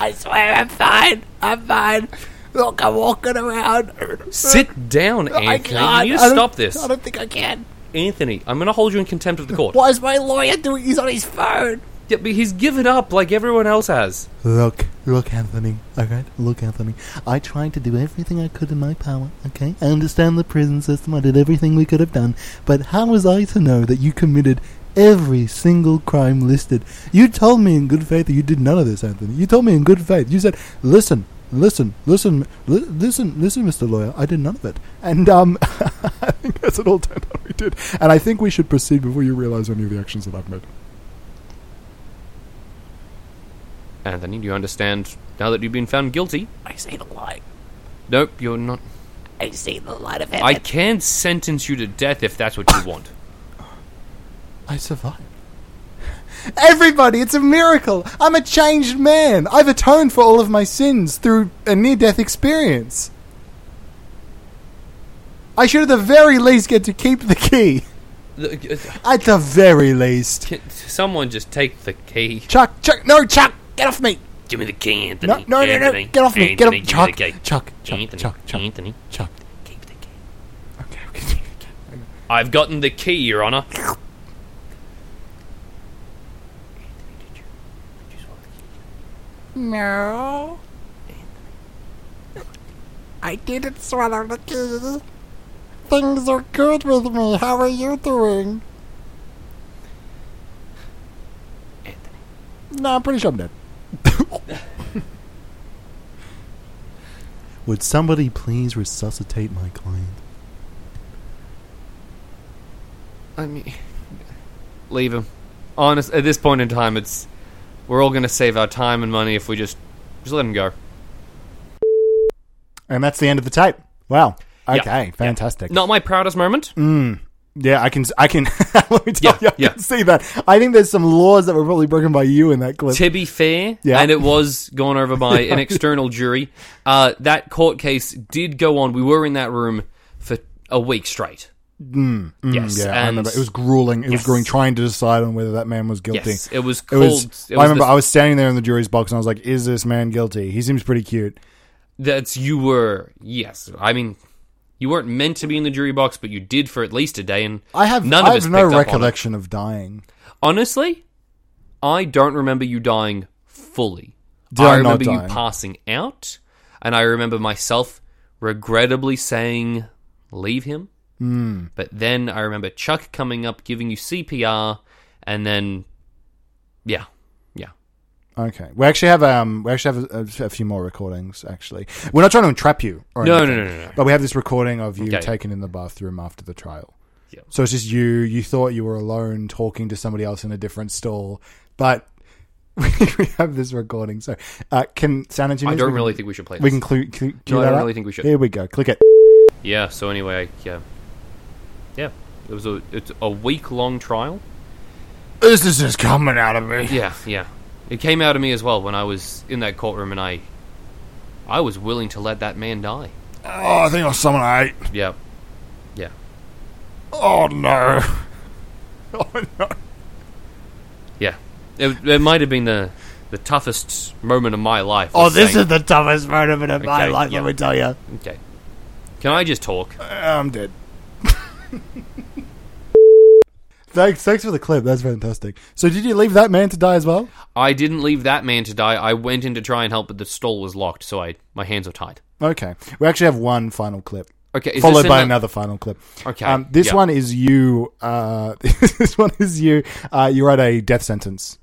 [SPEAKER 2] I swear I'm fine. I'm fine. Look, I'm walking around.
[SPEAKER 3] Sit down,
[SPEAKER 2] uh, I
[SPEAKER 3] Anthony.
[SPEAKER 2] can't.
[SPEAKER 3] You need
[SPEAKER 2] I
[SPEAKER 3] to
[SPEAKER 2] don't-
[SPEAKER 3] stop this.
[SPEAKER 2] I don't think I can.
[SPEAKER 3] Anthony, I'm going to hold you in contempt of the court.
[SPEAKER 2] Why is my lawyer doing? He's on his phone.
[SPEAKER 3] Yeah, but he's given up like everyone else has.
[SPEAKER 1] Look, look, Anthony. Okay, look, Anthony.
[SPEAKER 4] I tried to do everything I could in my power, okay? I understand the prison system, I did everything we could have done, but how was I to know that you committed
[SPEAKER 1] Every single crime listed. You told me in good faith that you did none of this, Anthony. You told me in good faith. You said, "Listen, listen, listen, li- listen, listen, Mister Lawyer. I did none of it." And um, [LAUGHS] [LAUGHS] I think that's it all turned out we did. And I think we should proceed before you realize any of the actions that I've made.
[SPEAKER 3] Anthony, do you understand now that you've been found guilty?
[SPEAKER 2] I see the light.
[SPEAKER 3] Nope, you're not.
[SPEAKER 2] I see the light of heaven.
[SPEAKER 3] I [LAUGHS] can sentence you to death if that's [COUGHS] what you want.
[SPEAKER 1] I survived. Everybody, it's a miracle. I'm a changed man. I've atoned for all of my sins through a near death experience. I should at the very least get to keep the key.
[SPEAKER 3] Th-
[SPEAKER 1] At the very least.
[SPEAKER 3] uh, Can someone just take the key?
[SPEAKER 1] Chuck, Chuck, no, Chuck, get off me.
[SPEAKER 2] Give me the key, Anthony.
[SPEAKER 1] No, no, no, no, get off me. Get off Chuck, Chuck, Chuck,
[SPEAKER 3] Anthony,
[SPEAKER 1] Chuck, Chuck,
[SPEAKER 3] Anthony,
[SPEAKER 1] Chuck.
[SPEAKER 2] Keep the key.
[SPEAKER 1] Okay, okay.
[SPEAKER 3] I've gotten the key, Your Honor.
[SPEAKER 2] No. I didn't swallow the key.
[SPEAKER 1] Things are good with me. How are you doing?
[SPEAKER 2] Anthony.
[SPEAKER 1] No, I'm pretty sure I'm dead.
[SPEAKER 4] Would somebody please resuscitate my client?
[SPEAKER 3] I mean, leave him. Honest, at this point in time, it's we're all going to save our time and money if we just just let him go.
[SPEAKER 1] And that's the end of the tape. Wow.
[SPEAKER 3] Yeah.
[SPEAKER 1] Okay,
[SPEAKER 3] Yeah.
[SPEAKER 1] fantastic.
[SPEAKER 3] Not my proudest moment.
[SPEAKER 1] Yeah, I can. I can. [LAUGHS] let me tell
[SPEAKER 3] Yeah,
[SPEAKER 1] you, I
[SPEAKER 3] yeah.
[SPEAKER 1] can see that. I think there's some laws that were probably broken by you in that clip.
[SPEAKER 3] To be fair,
[SPEAKER 1] Yeah.
[SPEAKER 3] and it was gone
[SPEAKER 1] [LAUGHS]
[SPEAKER 3] over by an external jury. Uh, that court case did go on. We were in that room for a week straight. yes,
[SPEAKER 1] Mm, yeah,
[SPEAKER 3] and
[SPEAKER 1] I remember. It was grueling. It was
[SPEAKER 3] Yes.
[SPEAKER 1] grueling trying to decide on whether that man was guilty.
[SPEAKER 3] yes, it was
[SPEAKER 1] It
[SPEAKER 3] called.
[SPEAKER 1] was,
[SPEAKER 3] it
[SPEAKER 1] I remember
[SPEAKER 3] the-
[SPEAKER 1] I was standing there in the jury's box and I was like, "Is this man guilty? He seems pretty cute."
[SPEAKER 3] That's you were yes. I mean, you weren't meant to be in the jury box, but you did for at least a day, and
[SPEAKER 1] I have
[SPEAKER 3] none
[SPEAKER 1] I
[SPEAKER 3] of
[SPEAKER 1] have
[SPEAKER 3] us
[SPEAKER 1] no
[SPEAKER 3] picked up on it.
[SPEAKER 1] recollection of dying.
[SPEAKER 3] Honestly, I don't remember you dying fully.
[SPEAKER 1] Did
[SPEAKER 3] I
[SPEAKER 1] I not
[SPEAKER 3] remember you
[SPEAKER 1] die?
[SPEAKER 3] passing out, and I remember myself regrettably saying, "Leave him."
[SPEAKER 1] Hmm.
[SPEAKER 3] Mm. But then I remember Chuck coming up, giving you CPR, and then, yeah, yeah.
[SPEAKER 1] Okay, we actually have um, we actually have a, a, a few more recordings. Actually, we're not trying to entrap you. Or
[SPEAKER 3] No,
[SPEAKER 1] anything,
[SPEAKER 3] no, no, no, no.
[SPEAKER 1] But we have this recording of you
[SPEAKER 3] Okay.
[SPEAKER 1] taken in the bathroom after the trial.
[SPEAKER 3] Yeah.
[SPEAKER 1] So it's just you. You thought you were alone talking to somebody else in a different stall, but [LAUGHS] we have this recording. So uh, can sound
[SPEAKER 3] I
[SPEAKER 1] engineers?
[SPEAKER 3] don't
[SPEAKER 1] we can-
[SPEAKER 3] really think we should play.
[SPEAKER 1] We
[SPEAKER 3] this.
[SPEAKER 1] can clue. clue cue
[SPEAKER 3] No, I
[SPEAKER 1] that
[SPEAKER 3] don't
[SPEAKER 1] up?
[SPEAKER 3] really think we should.
[SPEAKER 1] Here we go. Click it.
[SPEAKER 3] Yeah. So anyway, yeah, yeah. It was a it's a week long trial.
[SPEAKER 1] This is just coming out of me.
[SPEAKER 3] Yeah, yeah. It came out of me as well when I was in that courtroom, and I, I was willing to let that man die.
[SPEAKER 1] Oh, I think it was someone I ate.
[SPEAKER 3] Yeah, yeah.
[SPEAKER 1] Oh no. [LAUGHS] Oh no.
[SPEAKER 3] Yeah. It, it might have been the the toughest moment of my life.
[SPEAKER 2] Oh, this is the toughest moment of my
[SPEAKER 3] Okay,
[SPEAKER 2] life,
[SPEAKER 3] yeah.
[SPEAKER 2] let me tell you.
[SPEAKER 3] okay. Can I just talk?
[SPEAKER 1] I'm dead. [LAUGHS] Thanks, thanks for the clip. That's fantastic. So, did you leave that man to die as well?
[SPEAKER 3] I didn't leave that man to die. I went in to try and help, but the stall was locked, so I my hands were tied.
[SPEAKER 1] Okay. We actually have one final clip.
[SPEAKER 3] Okay, is
[SPEAKER 1] Followed
[SPEAKER 3] this
[SPEAKER 1] by
[SPEAKER 3] ano-
[SPEAKER 1] another final clip.
[SPEAKER 3] Okay,
[SPEAKER 1] Um, this
[SPEAKER 3] yeah.
[SPEAKER 1] one is you. Uh, [LAUGHS] this one is you. Uh, you're at a death sentence.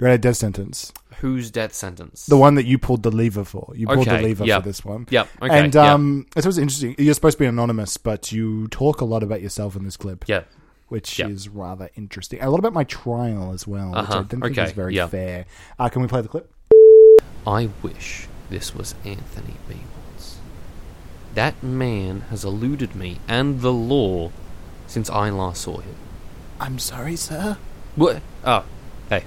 [SPEAKER 1] You're at a death sentence.
[SPEAKER 3] Whose death sentence?
[SPEAKER 1] The one that you pulled the lever for. You pulled
[SPEAKER 3] Okay,
[SPEAKER 1] the lever
[SPEAKER 3] yep.
[SPEAKER 1] for this one.
[SPEAKER 3] Yep, okay,
[SPEAKER 1] And
[SPEAKER 3] yep.
[SPEAKER 1] um, it's always interesting. You're supposed to be anonymous, but you talk a lot about yourself in this clip.
[SPEAKER 3] yeah.
[SPEAKER 1] Which
[SPEAKER 3] Yep.
[SPEAKER 1] is rather interesting. A lot about my trial as well, which I
[SPEAKER 3] Uh-huh,
[SPEAKER 1] didn't think
[SPEAKER 3] okay,
[SPEAKER 1] was very
[SPEAKER 3] yep.
[SPEAKER 1] fair. Uh, can we play the clip?
[SPEAKER 3] I wish this was Anthony Beamons. That man has eluded me and the law since I last saw him.
[SPEAKER 2] I'm sorry, sir.
[SPEAKER 3] What? Oh, hey.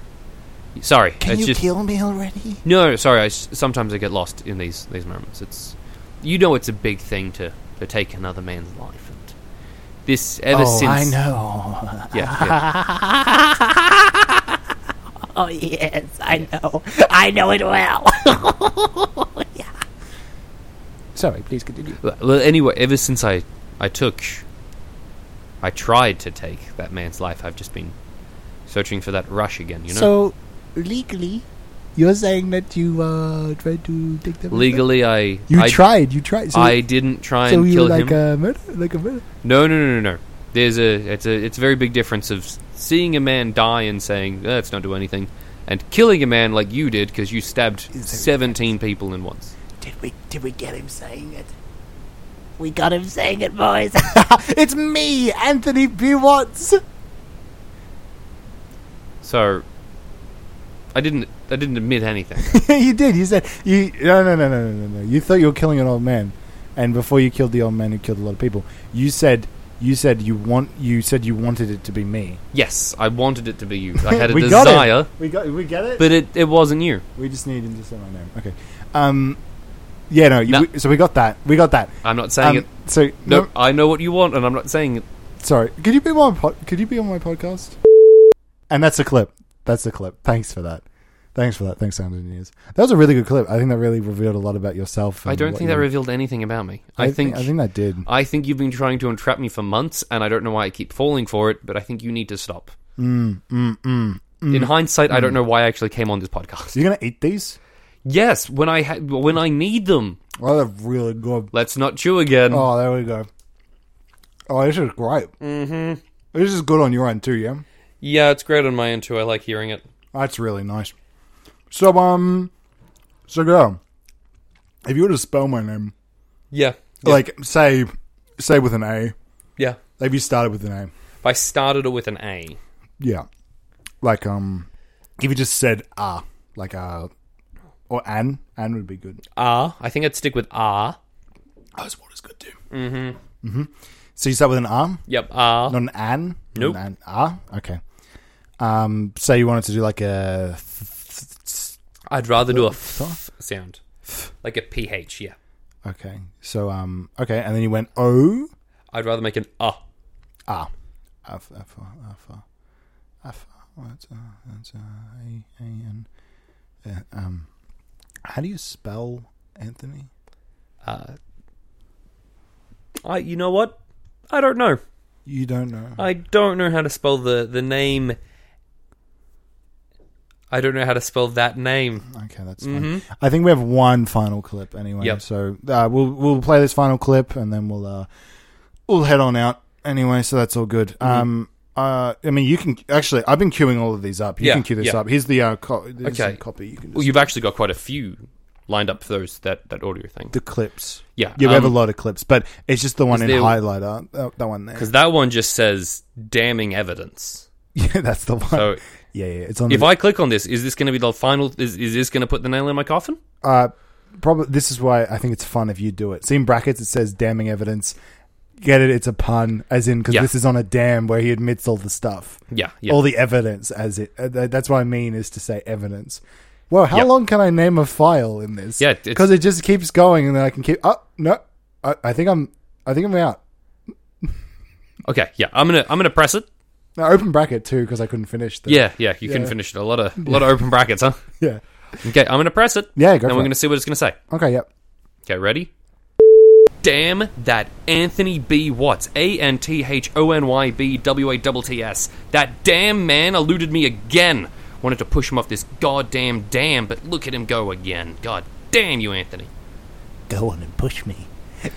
[SPEAKER 3] Sorry.
[SPEAKER 2] Can
[SPEAKER 3] it's
[SPEAKER 2] you
[SPEAKER 3] just,
[SPEAKER 2] kill me already?
[SPEAKER 3] No, sorry. I s sometimes I get lost in these these moments. It's you know it's a big thing to to take another man's life, and this ever
[SPEAKER 1] oh,
[SPEAKER 3] since
[SPEAKER 1] I
[SPEAKER 2] [LAUGHS]
[SPEAKER 1] know.
[SPEAKER 3] Yeah, [LAUGHS] yeah.
[SPEAKER 2] [LAUGHS] Oh, yes, I know. I know it well. [LAUGHS]
[SPEAKER 1] Sorry, please continue.
[SPEAKER 3] Well, Well, anyway, ever since I I took I tried to take that man's life, I've just been searching for that rush again. You know,
[SPEAKER 1] So, legally, you're saying that you uh, tried to take them.
[SPEAKER 3] legally I
[SPEAKER 1] You
[SPEAKER 3] I,
[SPEAKER 1] tried. You tried. So,
[SPEAKER 3] I didn't try
[SPEAKER 1] so
[SPEAKER 3] and
[SPEAKER 1] you
[SPEAKER 3] kill
[SPEAKER 1] were like
[SPEAKER 3] him.
[SPEAKER 1] a murder, like a murder.
[SPEAKER 3] No, no, no, no, no. There's a it's a it's a very big difference of s- seeing a man die and saying "Eh, let's not do anything, and killing a man like you did because you stabbed seventeen people in once.
[SPEAKER 2] did we? Did we get him saying it? We got him saying it, boys. [LAUGHS]
[SPEAKER 1] it's me, Anthony B. Watts. [LAUGHS]
[SPEAKER 3] So I didn't I didn't
[SPEAKER 1] [LAUGHS]
[SPEAKER 3] admit anything.
[SPEAKER 1] you did. You said you. No, no, no, no, no, no, no. You thought you were killing an old man, and before you killed the old man who killed a lot of people, you said you said you want you said you wanted it to be me.
[SPEAKER 3] yes, I wanted it to be you. I had a
[SPEAKER 1] We got it.
[SPEAKER 3] desire,
[SPEAKER 1] We got we get it.
[SPEAKER 3] but it it wasn't you.
[SPEAKER 1] we just need him to say my name. Okay. Um. Yeah. No. You,
[SPEAKER 3] No.
[SPEAKER 1] we- so we got that. We got that.
[SPEAKER 3] I'm not
[SPEAKER 1] Um,
[SPEAKER 3] saying it.
[SPEAKER 1] So
[SPEAKER 3] No,
[SPEAKER 1] no,
[SPEAKER 3] I know what you want, and I'm not saying it.
[SPEAKER 1] Sorry, could you be on my po- could you be on my podcast? And that's a clip. That's a clip. Thanks for that. Thanks for that. Thanks, sound engineers. That was a really good clip. I think that really revealed a lot about yourself.
[SPEAKER 3] I
[SPEAKER 1] and
[SPEAKER 3] don't
[SPEAKER 1] Um, what
[SPEAKER 3] think that
[SPEAKER 1] you-
[SPEAKER 3] revealed anything about me. I, think
[SPEAKER 1] I think that did.
[SPEAKER 3] I think you've been trying to entrap me for months, and I don't know why I keep falling for it, but I think you need to stop. In hindsight, I don't know why I actually came on this podcast. [LAUGHS]
[SPEAKER 1] So you're gonna eat these?
[SPEAKER 3] Yes, when I ha- when I need them,
[SPEAKER 1] Oh, they're really good.
[SPEAKER 3] let's not chew again.
[SPEAKER 1] Oh, there we go. Oh, this is great. Mm-hmm. This is good on your end too. Yeah,
[SPEAKER 3] Yeah, it's great on my end too. I like hearing it.
[SPEAKER 1] that's really nice. So um, so go. If you were to spell my name,
[SPEAKER 3] Yeah,
[SPEAKER 1] like say say with an A,
[SPEAKER 3] yeah.
[SPEAKER 1] if you started with an A,
[SPEAKER 3] If I started it with an A,
[SPEAKER 1] Yeah. Like um if you just said ah, like uh or an, an would be good.
[SPEAKER 3] R, I think I'd stick with R.
[SPEAKER 1] That's what is good too. Mm-hmm. Mm-hmm. So you start with an ah,
[SPEAKER 3] Yep, R.
[SPEAKER 1] not an an?
[SPEAKER 3] Nope.
[SPEAKER 1] Not An ah? Okay. Um say you wanted to do like a th- th-
[SPEAKER 3] I'd rather do a f sound, like a ph. Yeah,
[SPEAKER 1] Okay. So um okay, and then you went O
[SPEAKER 3] I'd rather make an uh.
[SPEAKER 1] ah. F F F F what's uh that's uh A A N Uh, um how do you spell Anthony?
[SPEAKER 3] I, you know what? I don't know.
[SPEAKER 1] You don't know.
[SPEAKER 3] I don't know how to spell the the name. I don't know how to spell that name.
[SPEAKER 1] Okay, that's fine. I think we have one final clip anyway.
[SPEAKER 3] Mm-hmm. Yep.
[SPEAKER 1] So uh, we'll we'll play this final clip and then we'll uh, we'll head on out anyway. So that's all good.
[SPEAKER 3] Mm-hmm.
[SPEAKER 1] Um, uh, I mean, you can actually. I've been queuing all of these up. You
[SPEAKER 3] Yeah,
[SPEAKER 1] can queue this
[SPEAKER 3] yeah.
[SPEAKER 1] up. Here's the uh, co- here's
[SPEAKER 3] Okay.
[SPEAKER 1] the copy. You can
[SPEAKER 3] Well,
[SPEAKER 1] just,
[SPEAKER 3] you've actually got quite a few lined up for those that that audio thing.
[SPEAKER 1] the clips.
[SPEAKER 3] Yeah,
[SPEAKER 1] yeah, we have a
[SPEAKER 3] um,
[SPEAKER 1] lot of clips, but it's just the one in
[SPEAKER 3] there-
[SPEAKER 1] highlighter. uh, That, that one there.
[SPEAKER 3] Because that one just says damning evidence.
[SPEAKER 1] [LAUGHS] Yeah, that's the one.
[SPEAKER 3] So
[SPEAKER 1] yeah, yeah, it's on.
[SPEAKER 3] if
[SPEAKER 1] the,
[SPEAKER 3] I click on this, is this going to be the final? Is, is this going to put the nail in my coffin?
[SPEAKER 1] uh, probably this is why I think it's fun if you do it. See in brackets it says damning evidence. Get it? It's a pun, as in because
[SPEAKER 3] Yeah.
[SPEAKER 1] this is on a dam where he admits all the stuff,
[SPEAKER 3] Yeah, yeah.
[SPEAKER 1] all the evidence. As it uh, th- that's what I mean is to say evidence. Well, how
[SPEAKER 3] Yeah.
[SPEAKER 1] long can I name a file in this?
[SPEAKER 3] Yeah, it's-
[SPEAKER 1] because it just keeps going, and then I can keep. Oh no, I, I think I'm. I think I'm out.
[SPEAKER 3] okay, yeah. I'm gonna I'm gonna press it.
[SPEAKER 1] No, open bracket too because I couldn't finish. The,
[SPEAKER 3] Yeah, yeah. You can
[SPEAKER 1] Yeah.
[SPEAKER 3] finish it. A lot of
[SPEAKER 1] [LAUGHS]
[SPEAKER 3] a lot of open brackets, huh?
[SPEAKER 1] yeah.
[SPEAKER 3] Okay, I'm gonna press it.
[SPEAKER 1] Yeah, go
[SPEAKER 3] and
[SPEAKER 1] for
[SPEAKER 3] we're
[SPEAKER 1] it.
[SPEAKER 3] gonna see what it's gonna say.
[SPEAKER 1] Okay. Yep.
[SPEAKER 3] Okay, ready? Damn that Anthony B. Watts. A N T H O N Y B W A T T S. That damn man eluded me again. Wanted to push him off this goddamn dam, but look at him go again. God damn you, Anthony.
[SPEAKER 4] Go on and push me.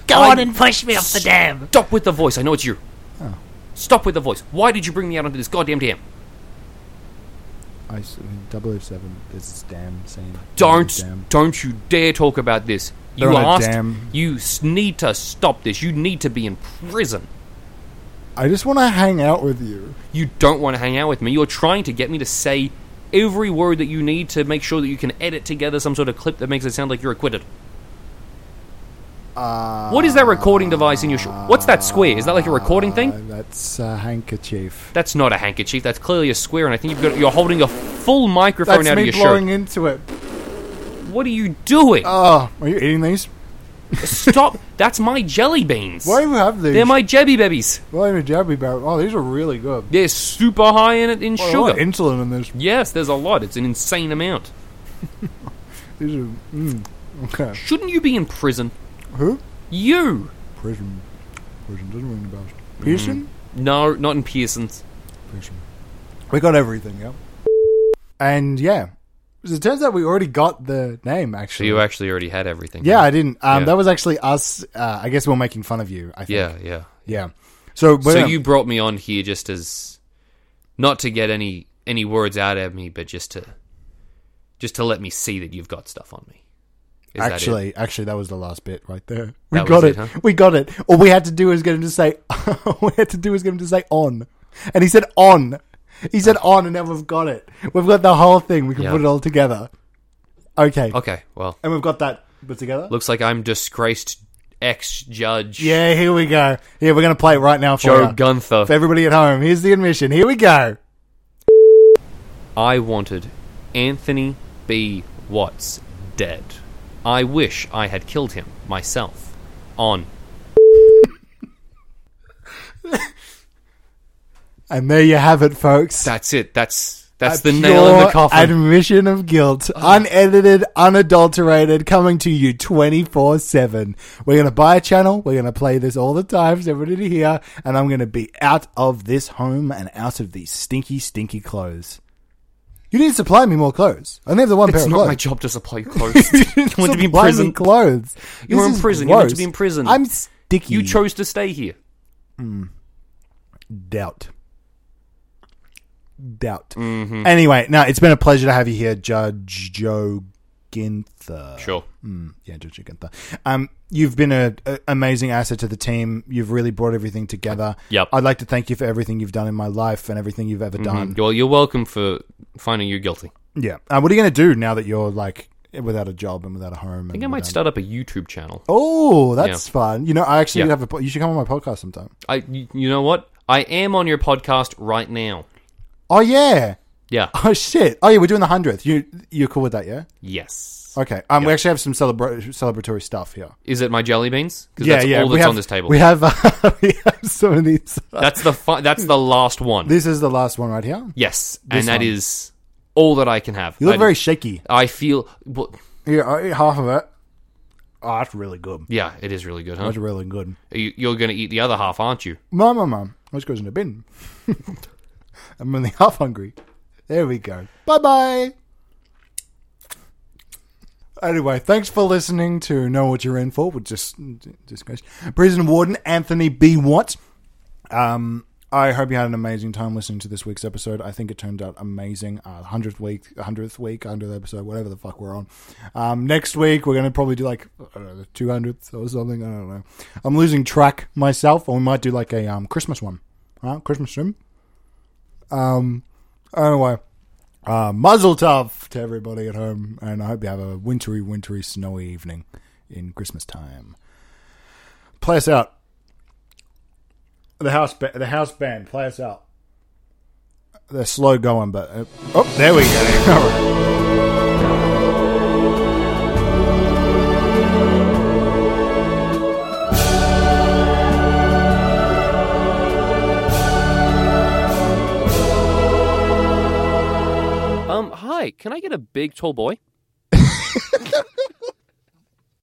[SPEAKER 2] Go
[SPEAKER 3] I-
[SPEAKER 2] on and push me off the dam.
[SPEAKER 3] Stop with the voice. I know it's you.
[SPEAKER 1] Oh.
[SPEAKER 3] Stop with the voice. Why did you bring me out onto this goddamn dam?
[SPEAKER 1] I, oh s- 007 is damn scene.
[SPEAKER 3] Don't
[SPEAKER 1] Damn.
[SPEAKER 3] don't you dare talk about this. You
[SPEAKER 1] They're on a
[SPEAKER 3] asked.
[SPEAKER 1] dam.
[SPEAKER 3] You s- need to stop this. You need to be in prison.
[SPEAKER 1] I just want to hang out with you.
[SPEAKER 3] You don't want to hang out with me. You're trying to get me to say every word that you need to make sure that you can edit together some sort of clip that makes it sound like you're acquitted.
[SPEAKER 1] Uh,
[SPEAKER 3] What is that recording device in your sh- What's that square? Is that like a recording
[SPEAKER 1] Uh,
[SPEAKER 3] thing?
[SPEAKER 1] that's a handkerchief.
[SPEAKER 3] That's not a handkerchief. That's clearly a square, and I think you've got you're holding a full microphone
[SPEAKER 1] That's
[SPEAKER 3] out of
[SPEAKER 1] me
[SPEAKER 3] your
[SPEAKER 1] blowing
[SPEAKER 3] shirt.
[SPEAKER 1] into it.
[SPEAKER 3] What are you doing?
[SPEAKER 1] Oh, are you eating these?
[SPEAKER 3] Stop! [LAUGHS] That's my jelly beans.
[SPEAKER 1] Why do you have these?
[SPEAKER 3] They're my jebby babies.
[SPEAKER 1] Why am I jabby about? Oh, these are really good.
[SPEAKER 3] They're super high in it in
[SPEAKER 1] Oh, a lot
[SPEAKER 3] sugar.
[SPEAKER 1] of insulin in this.
[SPEAKER 3] Yes, there's a lot. It's an insane amount.
[SPEAKER 1] These are. Mm, okay.
[SPEAKER 3] Shouldn't you be in prison?
[SPEAKER 1] Who?
[SPEAKER 3] You!
[SPEAKER 1] Prison. Prison doesn't ring the bells.
[SPEAKER 3] Mm.
[SPEAKER 1] Pearson?
[SPEAKER 3] No, not in Pearson's.
[SPEAKER 1] Pearson. We got everything, yeah. And yeah. So it turns out we already got the name,
[SPEAKER 3] So
[SPEAKER 1] actually.
[SPEAKER 3] you actually already had everything.
[SPEAKER 1] yeah, I didn't. Um,
[SPEAKER 3] Yeah.
[SPEAKER 1] That was actually us. Uh, I guess we are making fun of you, I think.
[SPEAKER 3] Yeah, yeah.
[SPEAKER 1] Yeah. So,
[SPEAKER 3] So
[SPEAKER 1] we're-
[SPEAKER 3] you brought me on here just as not to get any any words out of me, but just to just to let me see that you've got stuff on me. Is that it?
[SPEAKER 1] actually, actually, that was the last bit right there. We
[SPEAKER 3] That
[SPEAKER 1] got
[SPEAKER 3] was
[SPEAKER 1] it.
[SPEAKER 3] it, huh?
[SPEAKER 1] We got it. All we had to do was get him to say. [LAUGHS] all we had to do was get him to say on, and he said on. He said on, and now we've got it. We've got the whole thing. We can
[SPEAKER 3] Yeah.
[SPEAKER 1] put it all together. Okay.
[SPEAKER 3] Okay, well,
[SPEAKER 1] and we've got that put together.
[SPEAKER 3] looks like I'm disgraced ex judge
[SPEAKER 1] Yeah, here we go. Yeah, we're gonna play it right now for
[SPEAKER 3] Joe
[SPEAKER 1] ya.
[SPEAKER 3] Gunther.
[SPEAKER 1] for everybody at home. Here's the admission. Here we go.
[SPEAKER 3] I wanted Anthony B. Watts dead. I wish I had killed him myself. On.
[SPEAKER 1] And there you have it, folks.
[SPEAKER 3] That's it. That's that's
[SPEAKER 1] A
[SPEAKER 3] the nail in the
[SPEAKER 1] pure
[SPEAKER 3] coffin. Oh.
[SPEAKER 1] Admission of guilt, unedited, unadulterated, coming to you 24 7. We're going to buy a channel. We're going to play this all the time for everybody to hear. And I'm going to be out of this home and out of these stinky, stinky clothes. You need to supply me more clothes. I only have the one
[SPEAKER 3] it's
[SPEAKER 1] pair
[SPEAKER 3] not
[SPEAKER 1] of clothes.
[SPEAKER 3] my job to supply
[SPEAKER 1] [LAUGHS]
[SPEAKER 3] you clothes. you want to be
[SPEAKER 1] Supply
[SPEAKER 3] in
[SPEAKER 1] me
[SPEAKER 3] prison.
[SPEAKER 1] Clothes.
[SPEAKER 3] You were
[SPEAKER 1] This
[SPEAKER 3] in
[SPEAKER 1] is
[SPEAKER 3] prison. You meant to
[SPEAKER 1] gross.
[SPEAKER 3] be in prison.
[SPEAKER 1] I'm sticky.
[SPEAKER 3] you chose to stay here.
[SPEAKER 1] doubt. Doubt.
[SPEAKER 3] Mm-hmm.
[SPEAKER 1] Anyway, no, it's been a pleasure to have you here, Judge Joe Ginther.
[SPEAKER 3] Sure.
[SPEAKER 1] Mm, yeah, Judge Ginther. Um, you've been an amazing asset to the team. You've really brought everything together.
[SPEAKER 3] Yep. Mm-hmm.
[SPEAKER 1] I'd like to thank you for everything you've done in my life and everything you've ever done.
[SPEAKER 3] Well, you're welcome for finding you guilty. I
[SPEAKER 1] Yeah. Uh, what are Hmm. you going to do now that you're like without a job and without a home? I
[SPEAKER 3] think I might start up a YouTube channel.
[SPEAKER 1] Oh, that's fun. You know, I actually
[SPEAKER 3] Yeah.
[SPEAKER 1] have a. po- You should come on my podcast sometime.
[SPEAKER 3] I, you you know what? I am on your podcast right now.
[SPEAKER 1] Oh yeah.
[SPEAKER 3] Yeah.
[SPEAKER 1] Oh shit. Oh yeah, we're doing the hundredth. You you're cool with that, yeah?
[SPEAKER 3] Yes.
[SPEAKER 1] Okay. Um, we actually have some celebra- celebratory stuff here.
[SPEAKER 3] Is it my jelly beans? Because that's all
[SPEAKER 1] we
[SPEAKER 3] that's
[SPEAKER 1] have,
[SPEAKER 3] on this table.
[SPEAKER 1] We have [LAUGHS] uh, we have some of these.
[SPEAKER 3] That's the fi- that's the last one.
[SPEAKER 1] This is the last one right here.
[SPEAKER 3] yes, and that
[SPEAKER 1] one.
[SPEAKER 3] is all that I can have.
[SPEAKER 1] You look
[SPEAKER 3] I,
[SPEAKER 1] very shaky.
[SPEAKER 3] I feel. Well,
[SPEAKER 1] Here, I eat half of it. Oh, that's really good.
[SPEAKER 3] yeah, it is really good, huh?
[SPEAKER 1] That's really good.
[SPEAKER 3] You, you're going to eat the other half, aren't you?
[SPEAKER 1] Mum, mum, mum. This goes in a bin. [LAUGHS] I'm only half hungry. There we go. Bye bye. Anyway, thanks for listening to Know What You're In For with just discuss Prison Warden Anthony B. Watts. Um, I hope you had an amazing time listening to this week's episode. I think it turned out amazing. Uh, 100th week, 100th week, 100th episode, whatever the fuck we're on. Um, next week, we're going to probably do like, I don't know, the 200th or something. I don't know. I'm losing track myself, or we might do like a um, Christmas one. Huh? Christmas stream? Um, anyway, uh, muzzle tough to everybody at home, and I hope you have a wintry, wintry, snowy evening in Christmas time. Play us out. The house, ba- the house band, play us out. They're slow going, but uh, oh, there we go. All right.
[SPEAKER 3] Um, hi, can I get a big tall boy?